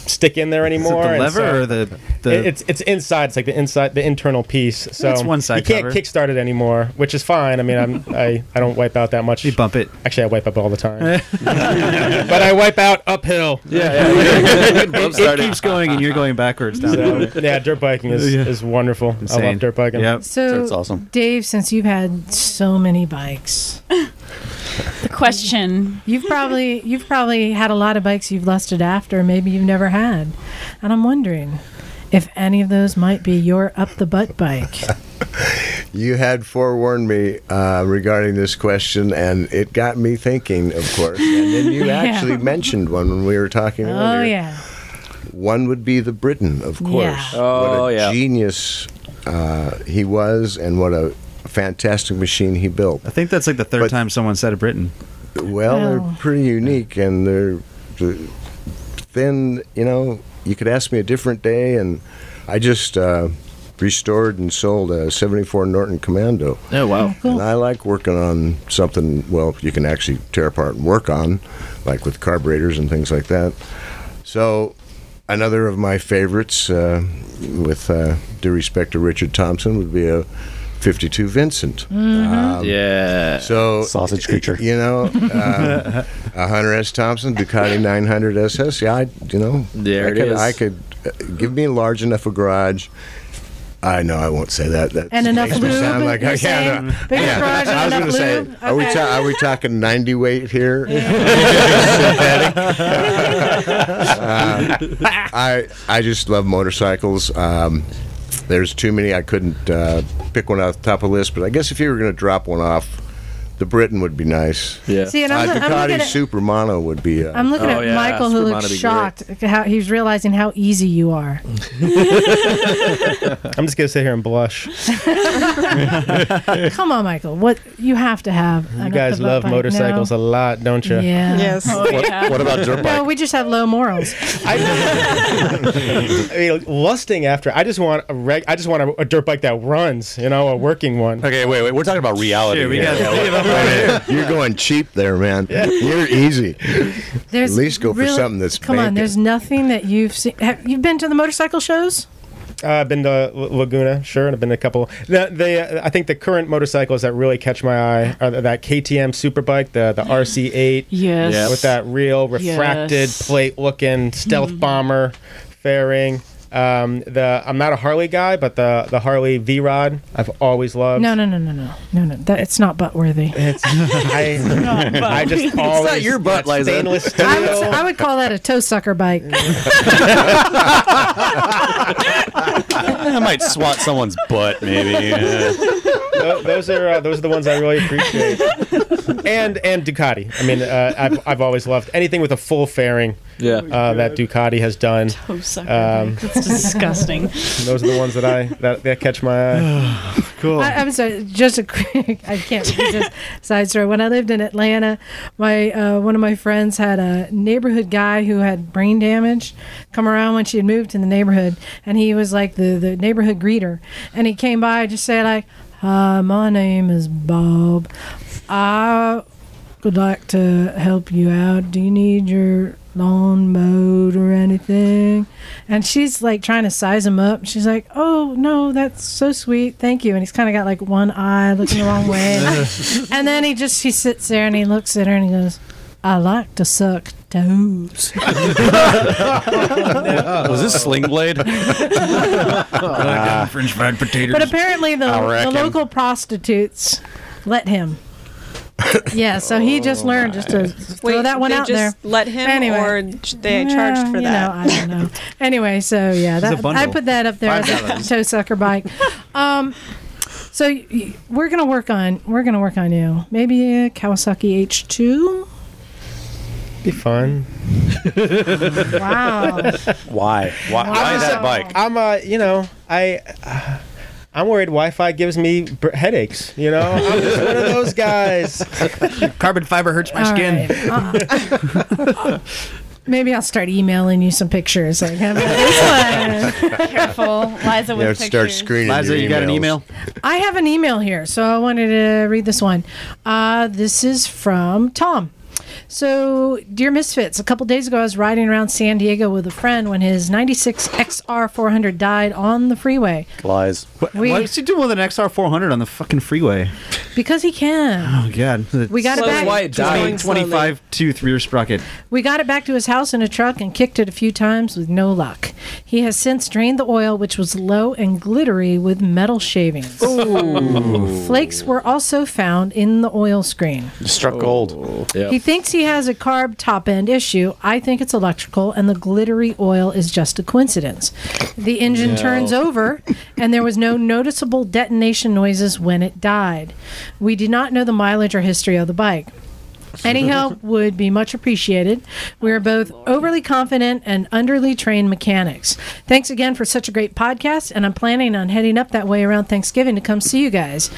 stick in there anymore. and
lever
so-
or the- the-
It- it's it's inside. It's like the inside, the internal piece. So
It's one side
You can't
cover.
kickstart it anymore, which is fine. I mean, I'm I, I don't wipe out that much. You
bump it.
Actually, I wipe up all the
*laughs*
time, *laughs* but
uh,
I wipe out uphill.
it, it keeps going, and you're
*laughs*
going backwards. Down
So, *laughs* yeah, dirt biking is, is wonderful. I
Insane.
love dirt biking.
Yep.
So, Dave, since you've had so many bikes,
Question.
you've probably you've probably had a lot of bikes you've lusted after, maybe you've never had, and I'm wondering if any of those might be your up the
*laughs*
butt bike.
You had forewarned me uh, regarding this question, and it got me thinking, of course. And then you
*laughs* Yeah.
actually mentioned one when we were talking
oh
earlier.
yeah,
One would be the Briton, of
Yeah.
course.
Oh,
what a
yeah.
genius uh, he was, and what a fantastic machine he built.
I think that's like the third time someone said a Britain.
Well, they're pretty unique, and they're. the then you know you could ask me a different day, and I just uh, restored and sold a '74 Norton Commando.
Oh wow!
And I like working on something. Well, you can actually tear apart and work on, like with carburetors and things like that. So. Another of my favorites, uh, with uh, due respect to Richard Thompson, would be a 52 Vincent.
Mm-hmm.
Um,
Mm-hmm. yeah.
So sausage creature. You *laughs* know, um, a Hunter S. Thompson Ducati 900 SS. Yeah, I you know,
There
I
it
could,
is.
I could uh, give me large enough a garage. I know I won't say that. That
And enough
makes me
lube,
sound like
you're
I
saying?
can't. uh,
Big garage and
I was
enough
gonna say,
lube?
are we
Okay.
ta- are we talking 90 weight
*laughs*
here? Uh,
*laughs*
I I just love motorcycles. Um, there's too many. I couldn't uh, pick one off the top of the list, but I guess if you were going to drop one off, the Britain would be nice.
Yeah.
See, and I'm
uh,
loo- I'm
Ducati
looking at-
Super Mono would be. Uh,
I'm looking
Oh,
at Michael, who looks shocked. How he's realizing how easy you
*laughs*
are.
*laughs* I'm just gonna sit here and blush.
Come on, Michael. What you have to have?
You guys love motorcycles a lot, don't you?
Yeah.
What, what about dirt
No,
bike?
we just have low morals.
*laughs* I mean, lusting after. I just want a reg. I just want a, a dirt bike that runs. You know, a working one.
Okay, wait, wait. We're talking about reality.
Shit, we
here.
gotta
Yeah,
save
*laughs*
what-
You're going cheap there, man. You're easy.
There's
at least go for
really-
something that's
Come on,
bacon.
there's nothing that you've seen. Have you been to the motorcycle shows?
Uh, I've been to L- Laguna, sure, and I've been to a couple. The, the, I think the current motorcycles that really catch my eye are th- that KTM Superbike, the the RC8,
*gasps* Yes. Yes.
with that real refracted
Yes. Mm-hmm.
plate looking stealth bomber fairing. Um, the I'm not a Harley guy, but the the Harley V Rod I've always loved.
No, no, no, no, no, no, no. That, it's not butt worthy.
Um, It's,
*laughs*
I, I just
It's not
always
your
butt, Liza. Stainless steel.
I would, I would call that a toe sucker
*laughs*
*laughs*
bike. *laughs*
I might swat someone's butt, maybe. yeah.
*laughs* Tho- those are uh, those are the ones I really
*laughs*
appreciate. And and Ducati. I mean, uh, I've I've always loved anything with a full fairing.
Yeah.
uh, that Ducati has done.
Toe sucker
Um,
bike. That's disgusting.
those are the ones that I that, that catch my eye. *sighs* cool.
I, I'm sorry, just a quick, *laughs* I can't resist side story. When I lived in Atlanta, my uh, one of my friends had a neighborhood guy who had brain damage come around when she had moved in the neighborhood, and he was like the, the neighborhood greeter. And he came by and just said like, "Hi, my name is Bob. I would like to help you out. Do you need your lawn mowed or anything? And she's like trying to size him up. She's like, Oh no, that's so sweet. Thank you. And he's kind of got like one eye looking the wrong way. and then he just, she sits there and he looks at her and he goes, I like to suck toes.
*laughs* Was this Sling Blade?
Ah.
French fried potatoes.
But apparently the, the local prostitutes let him. yeah, so he just learned just to throw
Wait,
that one
they
out
just
there.
Let him,
Anyway.
or j- they
Yeah,
charged for
you
that.
know, I don't
*laughs*
know. anyway, so yeah,
It's a
that,
bundle.
I put that up there
Five
as *laughs*
dollars.
a toe
*laughs*
sucker bike. Um, so y- y- we're gonna work on we're gonna work on you. Maybe a Kawasaki
*laughs*
H2.
Be fun.
*laughs* Wow.
Why? Why, why that bike?
I'm uh, you know, I. Uh, I'm worried Wi-Fi gives me br- headaches. You know, I'm just one of those guys.
*laughs* Carbon fiber hurts my
All Uh-uh.
skin. *laughs*
Maybe I'll start emailing you some pictures. Like,
*laughs*
have this one.
Careful, Liza with
Yeah, start
pictures.
screening.
Liza,
your
you got an
emails.
email?
I have an email here, so I wanted to read this one. Uh, this is from Tom. So, dear Misfits, a couple days ago I was riding around San Diego with a friend when his 96 XR 400 died on the freeway
Lies.
We-
Why is he doing with an XR 400 on the fucking freeway?
because he can.
Oh god,
We got it Slowly. back. Why it died.
25 tooth rear sprocket.
We got it back to his house in a truck and kicked it a few times with no luck. He has since drained the oil, which was low and glittery with metal shavings. Flakes were also found in the oil screen.
Struck gold.
He thinks he has a carb top end issue. I think it's electrical, and the glittery oil is just a coincidence. The engine
No.
turns over, and there was no noticeable detonation noises when it died. We do not know the mileage or history of the bike. Any help would be much appreciated. We are both overly confident and underly trained mechanics. Thanks again for such a great podcast, and I'm planning on heading up that way around Thanksgiving to come see you guys.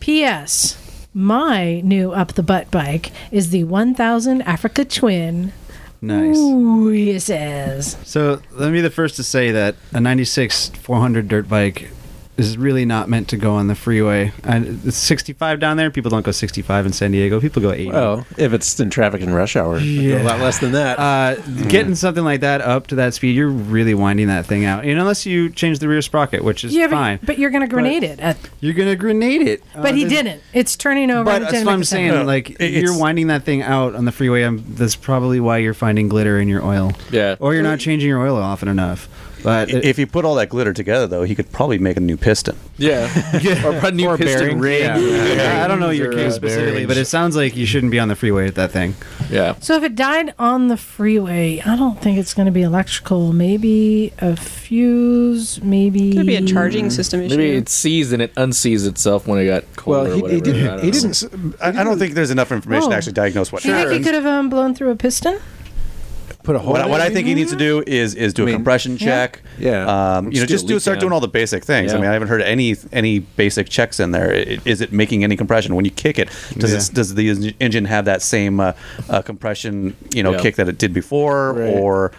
P.S. My new up the butt bike is the 1000 Africa Twin.
Nice.
Ooh, yes, yes.
So let me be the first to say that a 96 400 dirt bike is really not meant to go on the freeway. And it's 65 down there. People don't go 65 in San Diego. People go 80.
Well, if it's in traffic in rush hour, a lot less than that. Mm.
Uh, Getting something like that up to that speed, you're really winding that thing out. And unless you change the rear sprocket, which is
yeah, but,
fine.
but you're going to grenade it. At,
you're gonna grenade it. Uh,
but he didn't. It's turning over.
But
and it
that's
didn't
what
make
I'm
a
saying.
sound.
Oh,
Like you're winding that thing out on the freeway. i that's probably why you're finding glitter in your oil.
Yeah.
Or you're
Mm.
not changing your oil often enough. But
if you put all that glitter together, though, he could probably make a new piston.
Yeah. Or put new
Or
piston
bearings.
ring.
Yeah.
I don't know your
Or,
case
uh,
specifically,
bearings.
but it sounds like you shouldn't be on the freeway with that thing.
Yeah.
So if it died on the freeway, I don't think it's going to be electrical. Maybe a fuse. Maybe
Could be a charging system issue.
Maybe it sees and it unsees itself when it got cold
Well,
or
he- he
whatever.
didn't-
I don't
he
know.
didn't I, I don't think there's enough information
Oh.
to actually diagnose what.
You think he could have um, blown through a piston?
Put a
What, what I think he needs to do is is do a compression check.
Yeah.
Um, you know,
Just do a
just do
leak
start
down.
doing all the basic things. I
Yeah.
mean, I haven't heard any any basic checks in there. I- Is it making any compression when you kick it? Does it,
Yeah.
does the en- engine have that same uh, uh, compression you know
Yeah.
kick that it did before? Or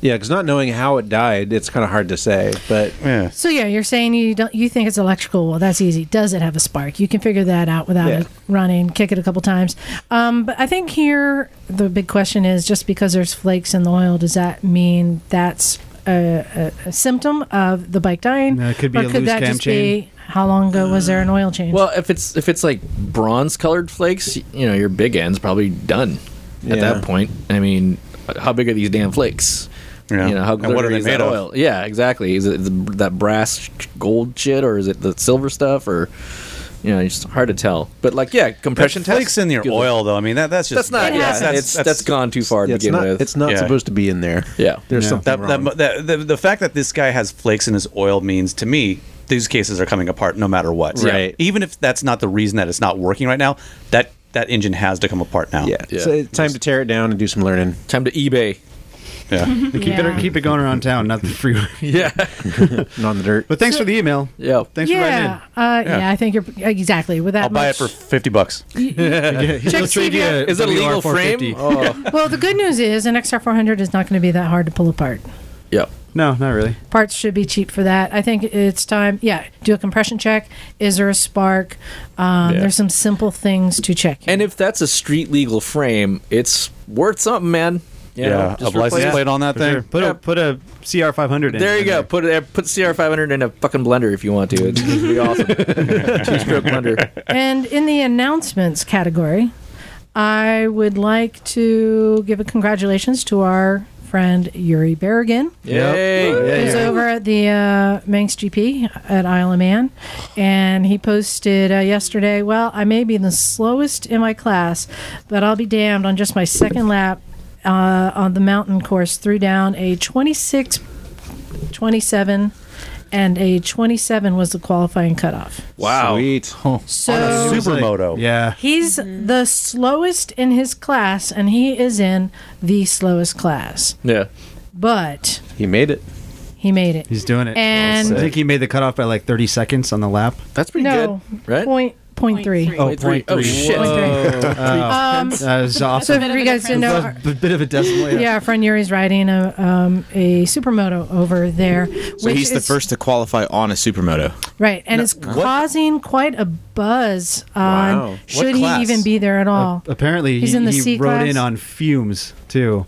yeah, because not knowing how it died, it's kind of hard to say. But
yeah.
So yeah, you're saying you don't you think it's electrical? Well, that's easy. Does it have a spark? You can figure that out without
Yeah.
it running. Kick it a couple times. Um, but I think here the big question is just because there's flakes in the oil, does that mean that's a, a, a symptom of the bike dying?
No, it could be
or
a
could
loose
that
cam
just
chain.
be how long ago was there an oil change?
Well, if it's if it's like bronze colored flakes, you know your big end's probably done at
Yeah.
that point. I mean, how big are these damn flakes?
Yeah.
You know, how
And what are
glittery
they
is
made
that
of?
oil? Yeah, exactly. Is it the, that brass gold shit or is it the silver stuff or you know, it's hard to tell. But like yeah, compression
That flakes
tests
in your
give it-
oil, though. I mean, that that's just
That's not- It yeah, happens. it's- that's gone too far to
It's
begin
not-
with.
it's not
Yeah.
supposed to be in there.
Yeah.
There's
Yeah.
something
that, that-
wrong.
that- the, the fact that this guy has flakes in his oil means to me these cases are coming apart no matter what.
Right.
Even if that's not the reason that it's not working right now, that that engine has to come apart now. Yeah.
So it's time to tear it down and do some learning.
Time to eBay. *laughs*
Yeah.
Keep it keep it
*laughs*
going around town, not the freeway. *laughs*
yeah.
Not on the dirt.
But thanks for the email.
Yeah.
Thanks for writing in.
yeah, uh, yeah,
Yeah.
I think you're exactly with that.
I'll buy it
much-
for fifty bucks.
*laughs*
Check trade you a
Is it a legal
WR450.
frame? Oh.
*laughs* well, the good news is an XR400 is not going to be that hard to pull apart.
Yep.
No, not really.
Parts should be cheap for that. I think it's time. Yeah, do a compression check. Is there a spark? Um,
Yeah.
There's some simple things to check.
And if that's a street legal frame, it's worth something, man. You
Yeah,
know,
a
just
license
replace-
plate on that
For sure. Put a put a CR five hundred in.
There you go. Put it. Put CR five hundred in a fucking blender if you want to. It'd
*laughs*
be awesome. Two stroke blender.
And in the announcements category, I would like to give a congratulations to our friend Yuri Berrigan.
Yay.
He's over at the uh, Manx GP at Isle of Man, and he posted uh, yesterday. Well, I may be the slowest in my class, but I'll be damned on just my second lap uh, on the mountain course, threw down a 26, 27, and a 27 was the qualifying cutoff.
Wow.
Sweet.
So- On a
supermoto.
Oh. Yeah.
He's the slowest in his class, and he is in the slowest class.
Yeah.
But
He made it.
he made it.
He's doing it.
And-
I think he made the cutoff by like thirty seconds on the lap.
That's
no,
right?
Point, point three.
Oh, point
Oh,
three. Oh.
shit. *laughs*
Um,
that was
So
awesome.
if you guys didn't know,
a bit of a decimal.
yeah, our friend Yuri's riding a um, a supermoto over there.
So
which
he's the
is-
first to qualify on a supermoto.
right? And
No,
it's
what?
causing quite a buzz on
Wow. What
should
class?
he even be there at all?
Apparently,
He's
he,
in the
he
C
rode
class.
in on fumes too.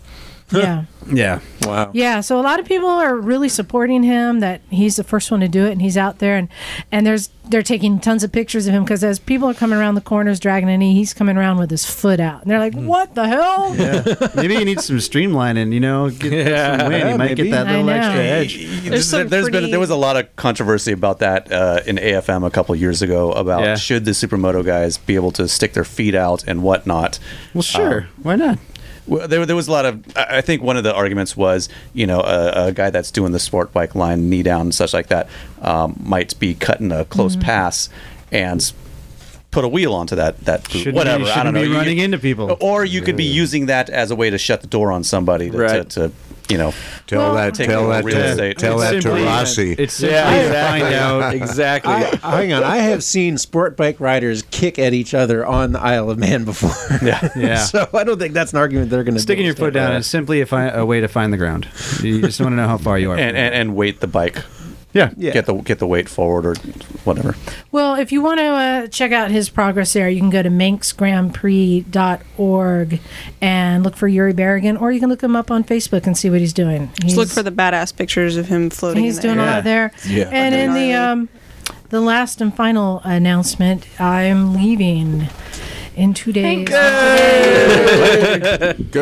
*laughs*
yeah,
Yeah.
Wow.
yeah. So a lot of people are really supporting him. That he's the first one to do it, and he's out there, and and there's they're taking tons of pictures of him because as people are coming around the corners dragging a knee, he's coming around with his foot out, and they're
Mm.
like, "What the hell?"
Yeah. maybe he needs some streamlining. You know, get some wind. He
Yeah,
might
maybe.
get that
I
little
know.
extra edge.
There's, there's been there was a lot of controversy about that uh, in AFM a couple years ago about
Yeah.
should the supermoto guys be able to stick their feet out and whatnot.
Well, sure.
Um,
Why not?
Well, there, there was a lot of. I I think one of the arguments was, you know, a, a guy that's doing the sport bike line, knee down, and such like that, um, might be cutting a close
Mm-hmm.
pass and s- put a wheel onto that that boot.
Shouldn't
whatever.
be,
I don't
shouldn't
know.
Be
You-
running into people.
or you could be using that as a way to shut the door on somebody to,
Right.
to, to you know,
Tell Well- that-
take
tell
over
that
real
to-
estate.
tell that to
simply-
Rossi.
It's simply
exactly.
find out
exactly.
I- hang on, I have seen sport bike riders kick at each other on the Isle of Man *laughs* before. Yeah, *laughs*
Yeah.
*laughs*
so I don't think that's an argument they're going to
Sticking your foot down is simply a, fi- a way to find the ground.
*laughs*
You just want to know how far you are.
*laughs* and, and and weight the bike.
Yeah.
Get the get the weight forward or whatever.
Well, if you want to uh, check out his progress there, you can go to minxgrandprix.org and look for Yuri Berrigan, or you can look him up on Facebook and see what he's doing.
Just look
He's-
for the badass pictures of him floating.
He's
in
doing
the
a
air.
lot there. And in the um, the last and final announcement, I'm leaving in two days.
Good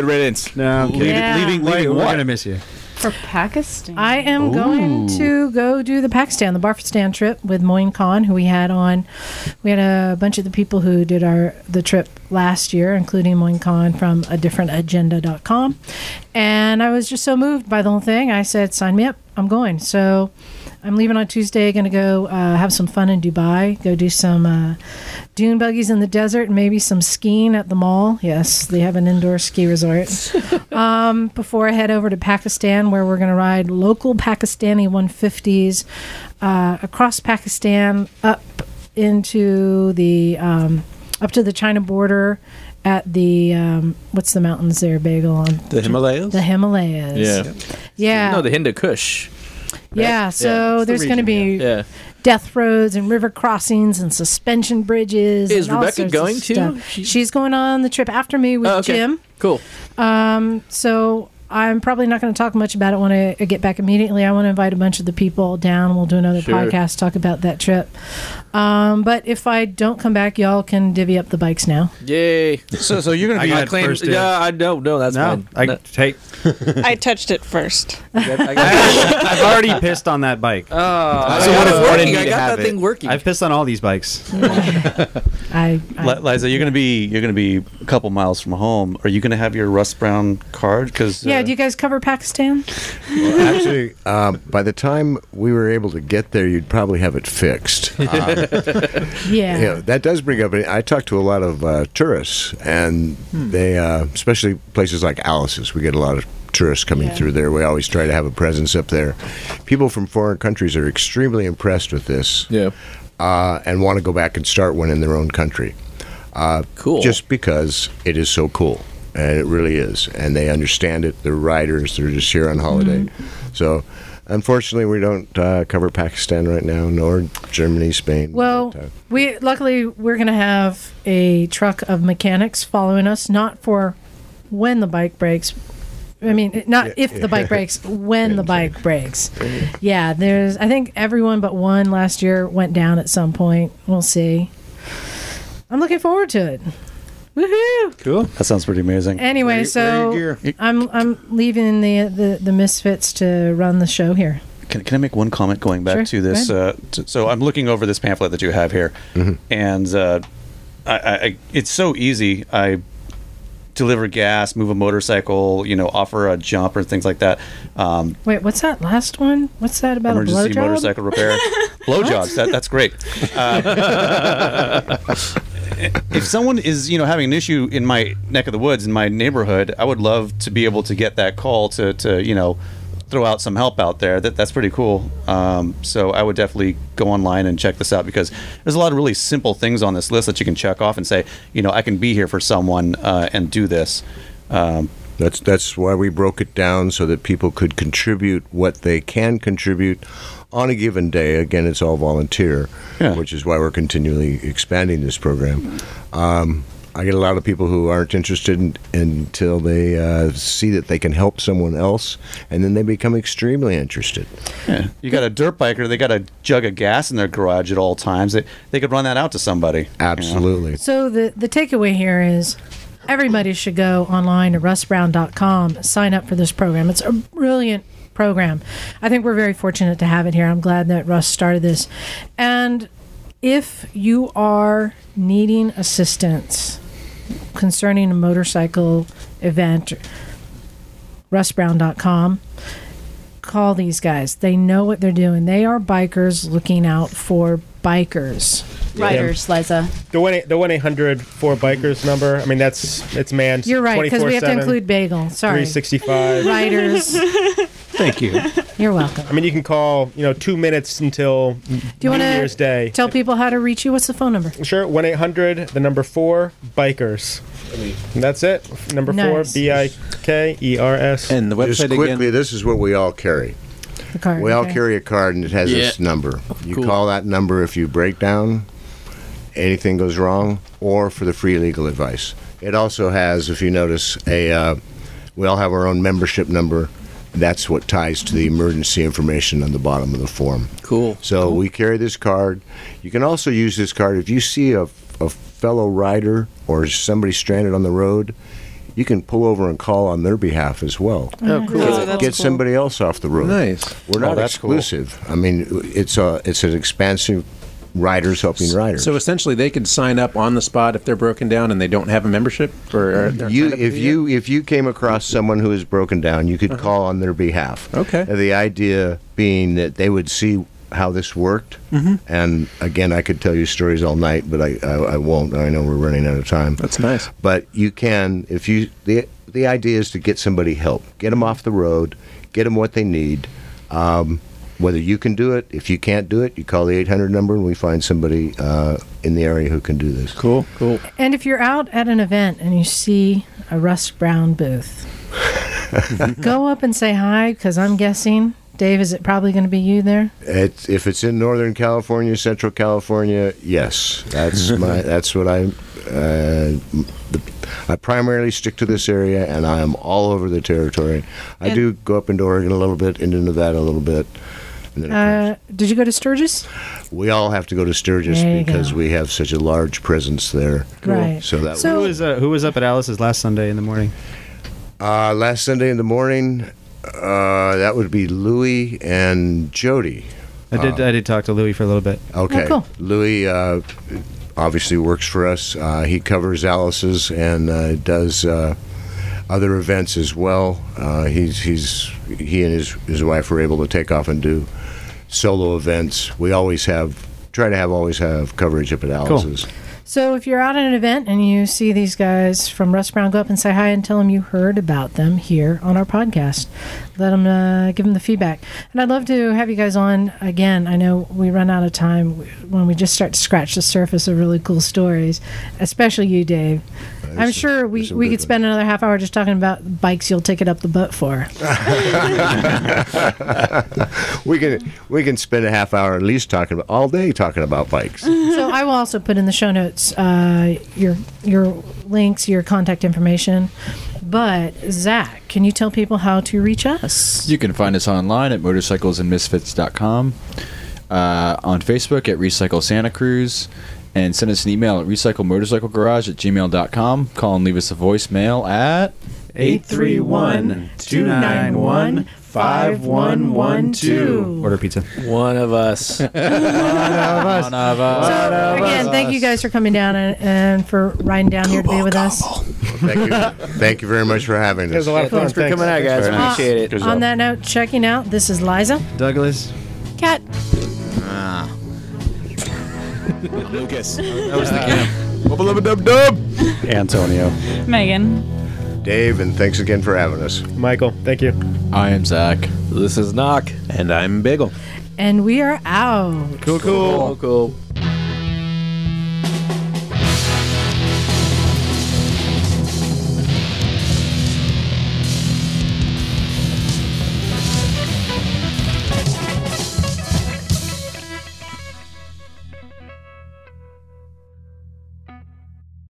riddance.
No, I'm kidding.
Yeah.
leaving,
Like,
leaving. We're
what?
gonna miss you.
For Pakistan. I am going to go do the Pakistan, the Barfistan trip with Moin Khan, who we had on. We had a bunch of the people who did our the trip last year, including Moin Khan from a different agenda.com. And I was just so moved by the whole thing. I said, sign me up. I'm going. So I'm leaving on Tuesday. Going to go uh, have some fun in Dubai. Go do some uh, dune buggies in the desert, and maybe some skiing at the mall. Yes, they have an indoor ski resort. um, before I head over to Pakistan, where we're going to ride local Pakistani 150s uh, across Pakistan up into the um, up to the China border at the um, what's the mountains there, Bagel on
The Himalayas?
The Himalayas. Yeah.
No, the Hindu Kush.
Yeah, so there's going to be
Yeah.
death roads and river crossings and suspension bridges.
Is
and all
Rebecca
sorts of
going too?
stuff. She's going on the trip after me with
Oh, okay.
Jim.
Cool.
Um, so I'm probably not going to talk much about it when I I get back immediately. I want to invite a bunch of the people down. We'll do another
Sure.
podcast, talk about that trip. Um, but if I don't come back, y'all can divvy up the bikes now.
Yay. So so you're
gonna be
I
at
claim,
first dibs.
Yeah, I know. No, that's
No,
fine.
I take.
um,
*laughs* I touched it first.
I've already pissed on that bike. Oh,
So I what got if it I working? didn't I got have that it? thing working.
*laughs*
I've pissed on all these bikes.
I,
Li- Liza, you're gonna be you're gonna be a couple miles from home. Are you gonna have your Russ Brown card? Because
uh,
yeah, do you guys cover Pakistan?
Well, actually, um, by the time we were able to get there, you'd probably have it fixed. Um,
*laughs* Yeah.
Yeah, that does bring up. I talk to a lot of uh, tourists, and
Hmm.
they, uh, especially places like Alice's, we get a lot of tourists coming
Yeah.
through there. We always try to have a presence up there. People from foreign countries are extremely impressed with this, yeah, uh, and want to go back and start one in their own country. Uh,
cool,
just because it is so cool, and it really is, and they understand it. They're riders; they're just here on holiday,
Mm-hmm.
so. Unfortunately, we don't uh, cover Pakistan right now, nor Germany, Spain.
Well,
but, uh,
we luckily we're gonna have a truck of mechanics following us, not for when the bike breaks. I mean, not if the bike breaks, when the bike breaks. Yeah, there's. I think everyone but one last year went down at some point. We'll see. I'm looking forward to it. Woohoo!
cool. That sounds pretty amazing.
Anyway, so I'm I'm leaving the, the the misfits to run the show here.
Can, can I make one comment going back
Sure,
to this?
go
Uh, t- so I'm looking over this pamphlet that you have here, and uh, I, I, I, it's so easy. I deliver gas, move a motorcycle, you know, offer a jump or things like that. Um,
Wait, what's that last one? What's that about
emergency
a blowjob?
motorcycle
*laughs*
repair, blowjobs. That, that's great. Uh, if someone is you know having an issue in my neck of the woods in my neighborhood, I would love to be able to get that call to to you know throw out some help out there. That that's pretty cool. Um, so I would definitely go online and check this out because there's a lot of really simple things on this list that you can check off and say you know I can be here for someone uh, and do this. Um,
That's that's why we broke it down so that people could contribute what they can contribute on a given day. Again, it's all volunteer, which is why we're continually expanding this program. Um, I get a lot of people who aren't interested in, until they uh, see that they can help someone else, and then they become extremely interested.
Yeah. You got a dirt biker, they got a jug of gas in their garage at all times. They, they could run that out to somebody.
Absolutely.
So the the takeaway here is everybody should go online to russbrown.com, sign up for this program. It's a brilliant program. I think we're very fortunate to have it here. I'm glad that Russ started this. And if you are needing assistance concerning a motorcycle event, russbrown.com call these guys. They know what they're doing. They are bikers looking out for bikers.
Riders, Liza.
The one the one eight hundred four bikers number. I mean, that's it's man.
You're right, because we have to include bagel. Sorry.
three sixty five *laughs*
Writers.
Thank you.
You're welcome.
I mean, you can call. You know, two minutes until
Do you
New
want
Year's Day.
to tell people how to reach you? What's the phone number?
Sure, one eight hundred. The number four bikers. And that's it. Number
Nice.
four B I K E R S.
And the
Just quickly, this is what we all carry.
The card.
We all
okay.
carry a card and it has this
Yeah.
number. You call that number if you break down, anything goes wrong, or for the free legal advice. It also has, if you notice, a uh, we all have our own membership number. That's what ties to the emergency information on the bottom of the form.
Cool.
So we carry this card. You can also use this card if you see a, a fellow rider or somebody stranded on the road. You can pull over and call on their behalf as well
Oh, cool.
get, get somebody else off the road.
Nice.
We're
Oh,
not
that's cool.
exclusive. I mean, it's a it's an expansive riders helping riders.
So essentially, they could sign up on the spot if they're broken down and they don't have a membership. Or, or
you, if you if you came across someone who is broken down, you could call on their behalf.
Okay.
And The idea being that they would see how this worked,
Mm-hmm.
Mhm.
and again, I could tell you stories all night, but I, I I won't. I know we're running out of time.
That's nice.
But you can if you the the idea is to get somebody help, get them off the road, get them what they need. Um, whether you can do it, if you can't do it, you call the 800 number and we find somebody uh, in the area who can do this.
Cool, cool.
And if you're out at an event and you see a Rust Brown booth, go up and say hi because I'm guessing, Dave, is it probably going to be you there?
It's, if it's in Northern California, Central California, yes,
*laughs*
that's my. That's what I. Uh, the, I primarily stick to this area, and I am all over the territory. I
And-
do go up into Oregon a little bit, into Nevada a little bit. And then
Uh, did you go to Sturgis?
we all have to go to Sturgis
There you
because
go.
we have such a large presence there.
Cool. Right.
So that
So-
who was uh, who was up at Alice's last Sunday in the morning?
Uh, last Sunday in the morning, uh, that would be Louie and Jody. Uh,
I did I did talk to Louis for a little bit.
Okay.
Oh, cool.
Louis uh, obviously works for us. Uh, he covers Alice's and uh, does uh, other events as well. Uh, he's he's he and his his wife are able to take off and do solo events. We always have try to have always have coverage up at Alice's.
So if you're out at an event and you see these guys from Rust Brown, go up and say hi and tell them you heard about them here on our podcast. Let them uh, give them the feedback. And I'd love to have you guys on again. I know we run out of time when we just start to scratch the surface of really cool stories, especially you, Dave. I'm sure we, we could spend another half hour just talking about bikes you'll take it up the butt for.
*laughs* we can we can spend a half hour at least talking about all day talking about bikes.
*laughs* so I will also put in the show notes uh, your your links, your contact information. But Zach, can you tell people how to reach us?
You can find us online at motorcyclesandmisfits.com, uh, on Facebook at Recycle Santa Cruz, and send us an email at recyclemotorcyclegarage at gmail.com. Call and leave us a voicemail at
831-291-5112.
Order pizza.
One of us. One of us. One of us.
So again, thank you guys for coming down and, and for riding down here today with us. *laughs*
Thank you, thank you very much for having us.
Thanks for coming out, guys.
Uh,
Appreciate it.
on that note, checking out. This is Liza.
Douglas.
Cat.
Ah.
Lucas.
That was the camp.
Antonio.
Megan.
Dave, and thanks again for having us.
Michael, thank you.
I am Zach.
This is Knock.
And I'm Bagel.
And we are out.
Cool, cool.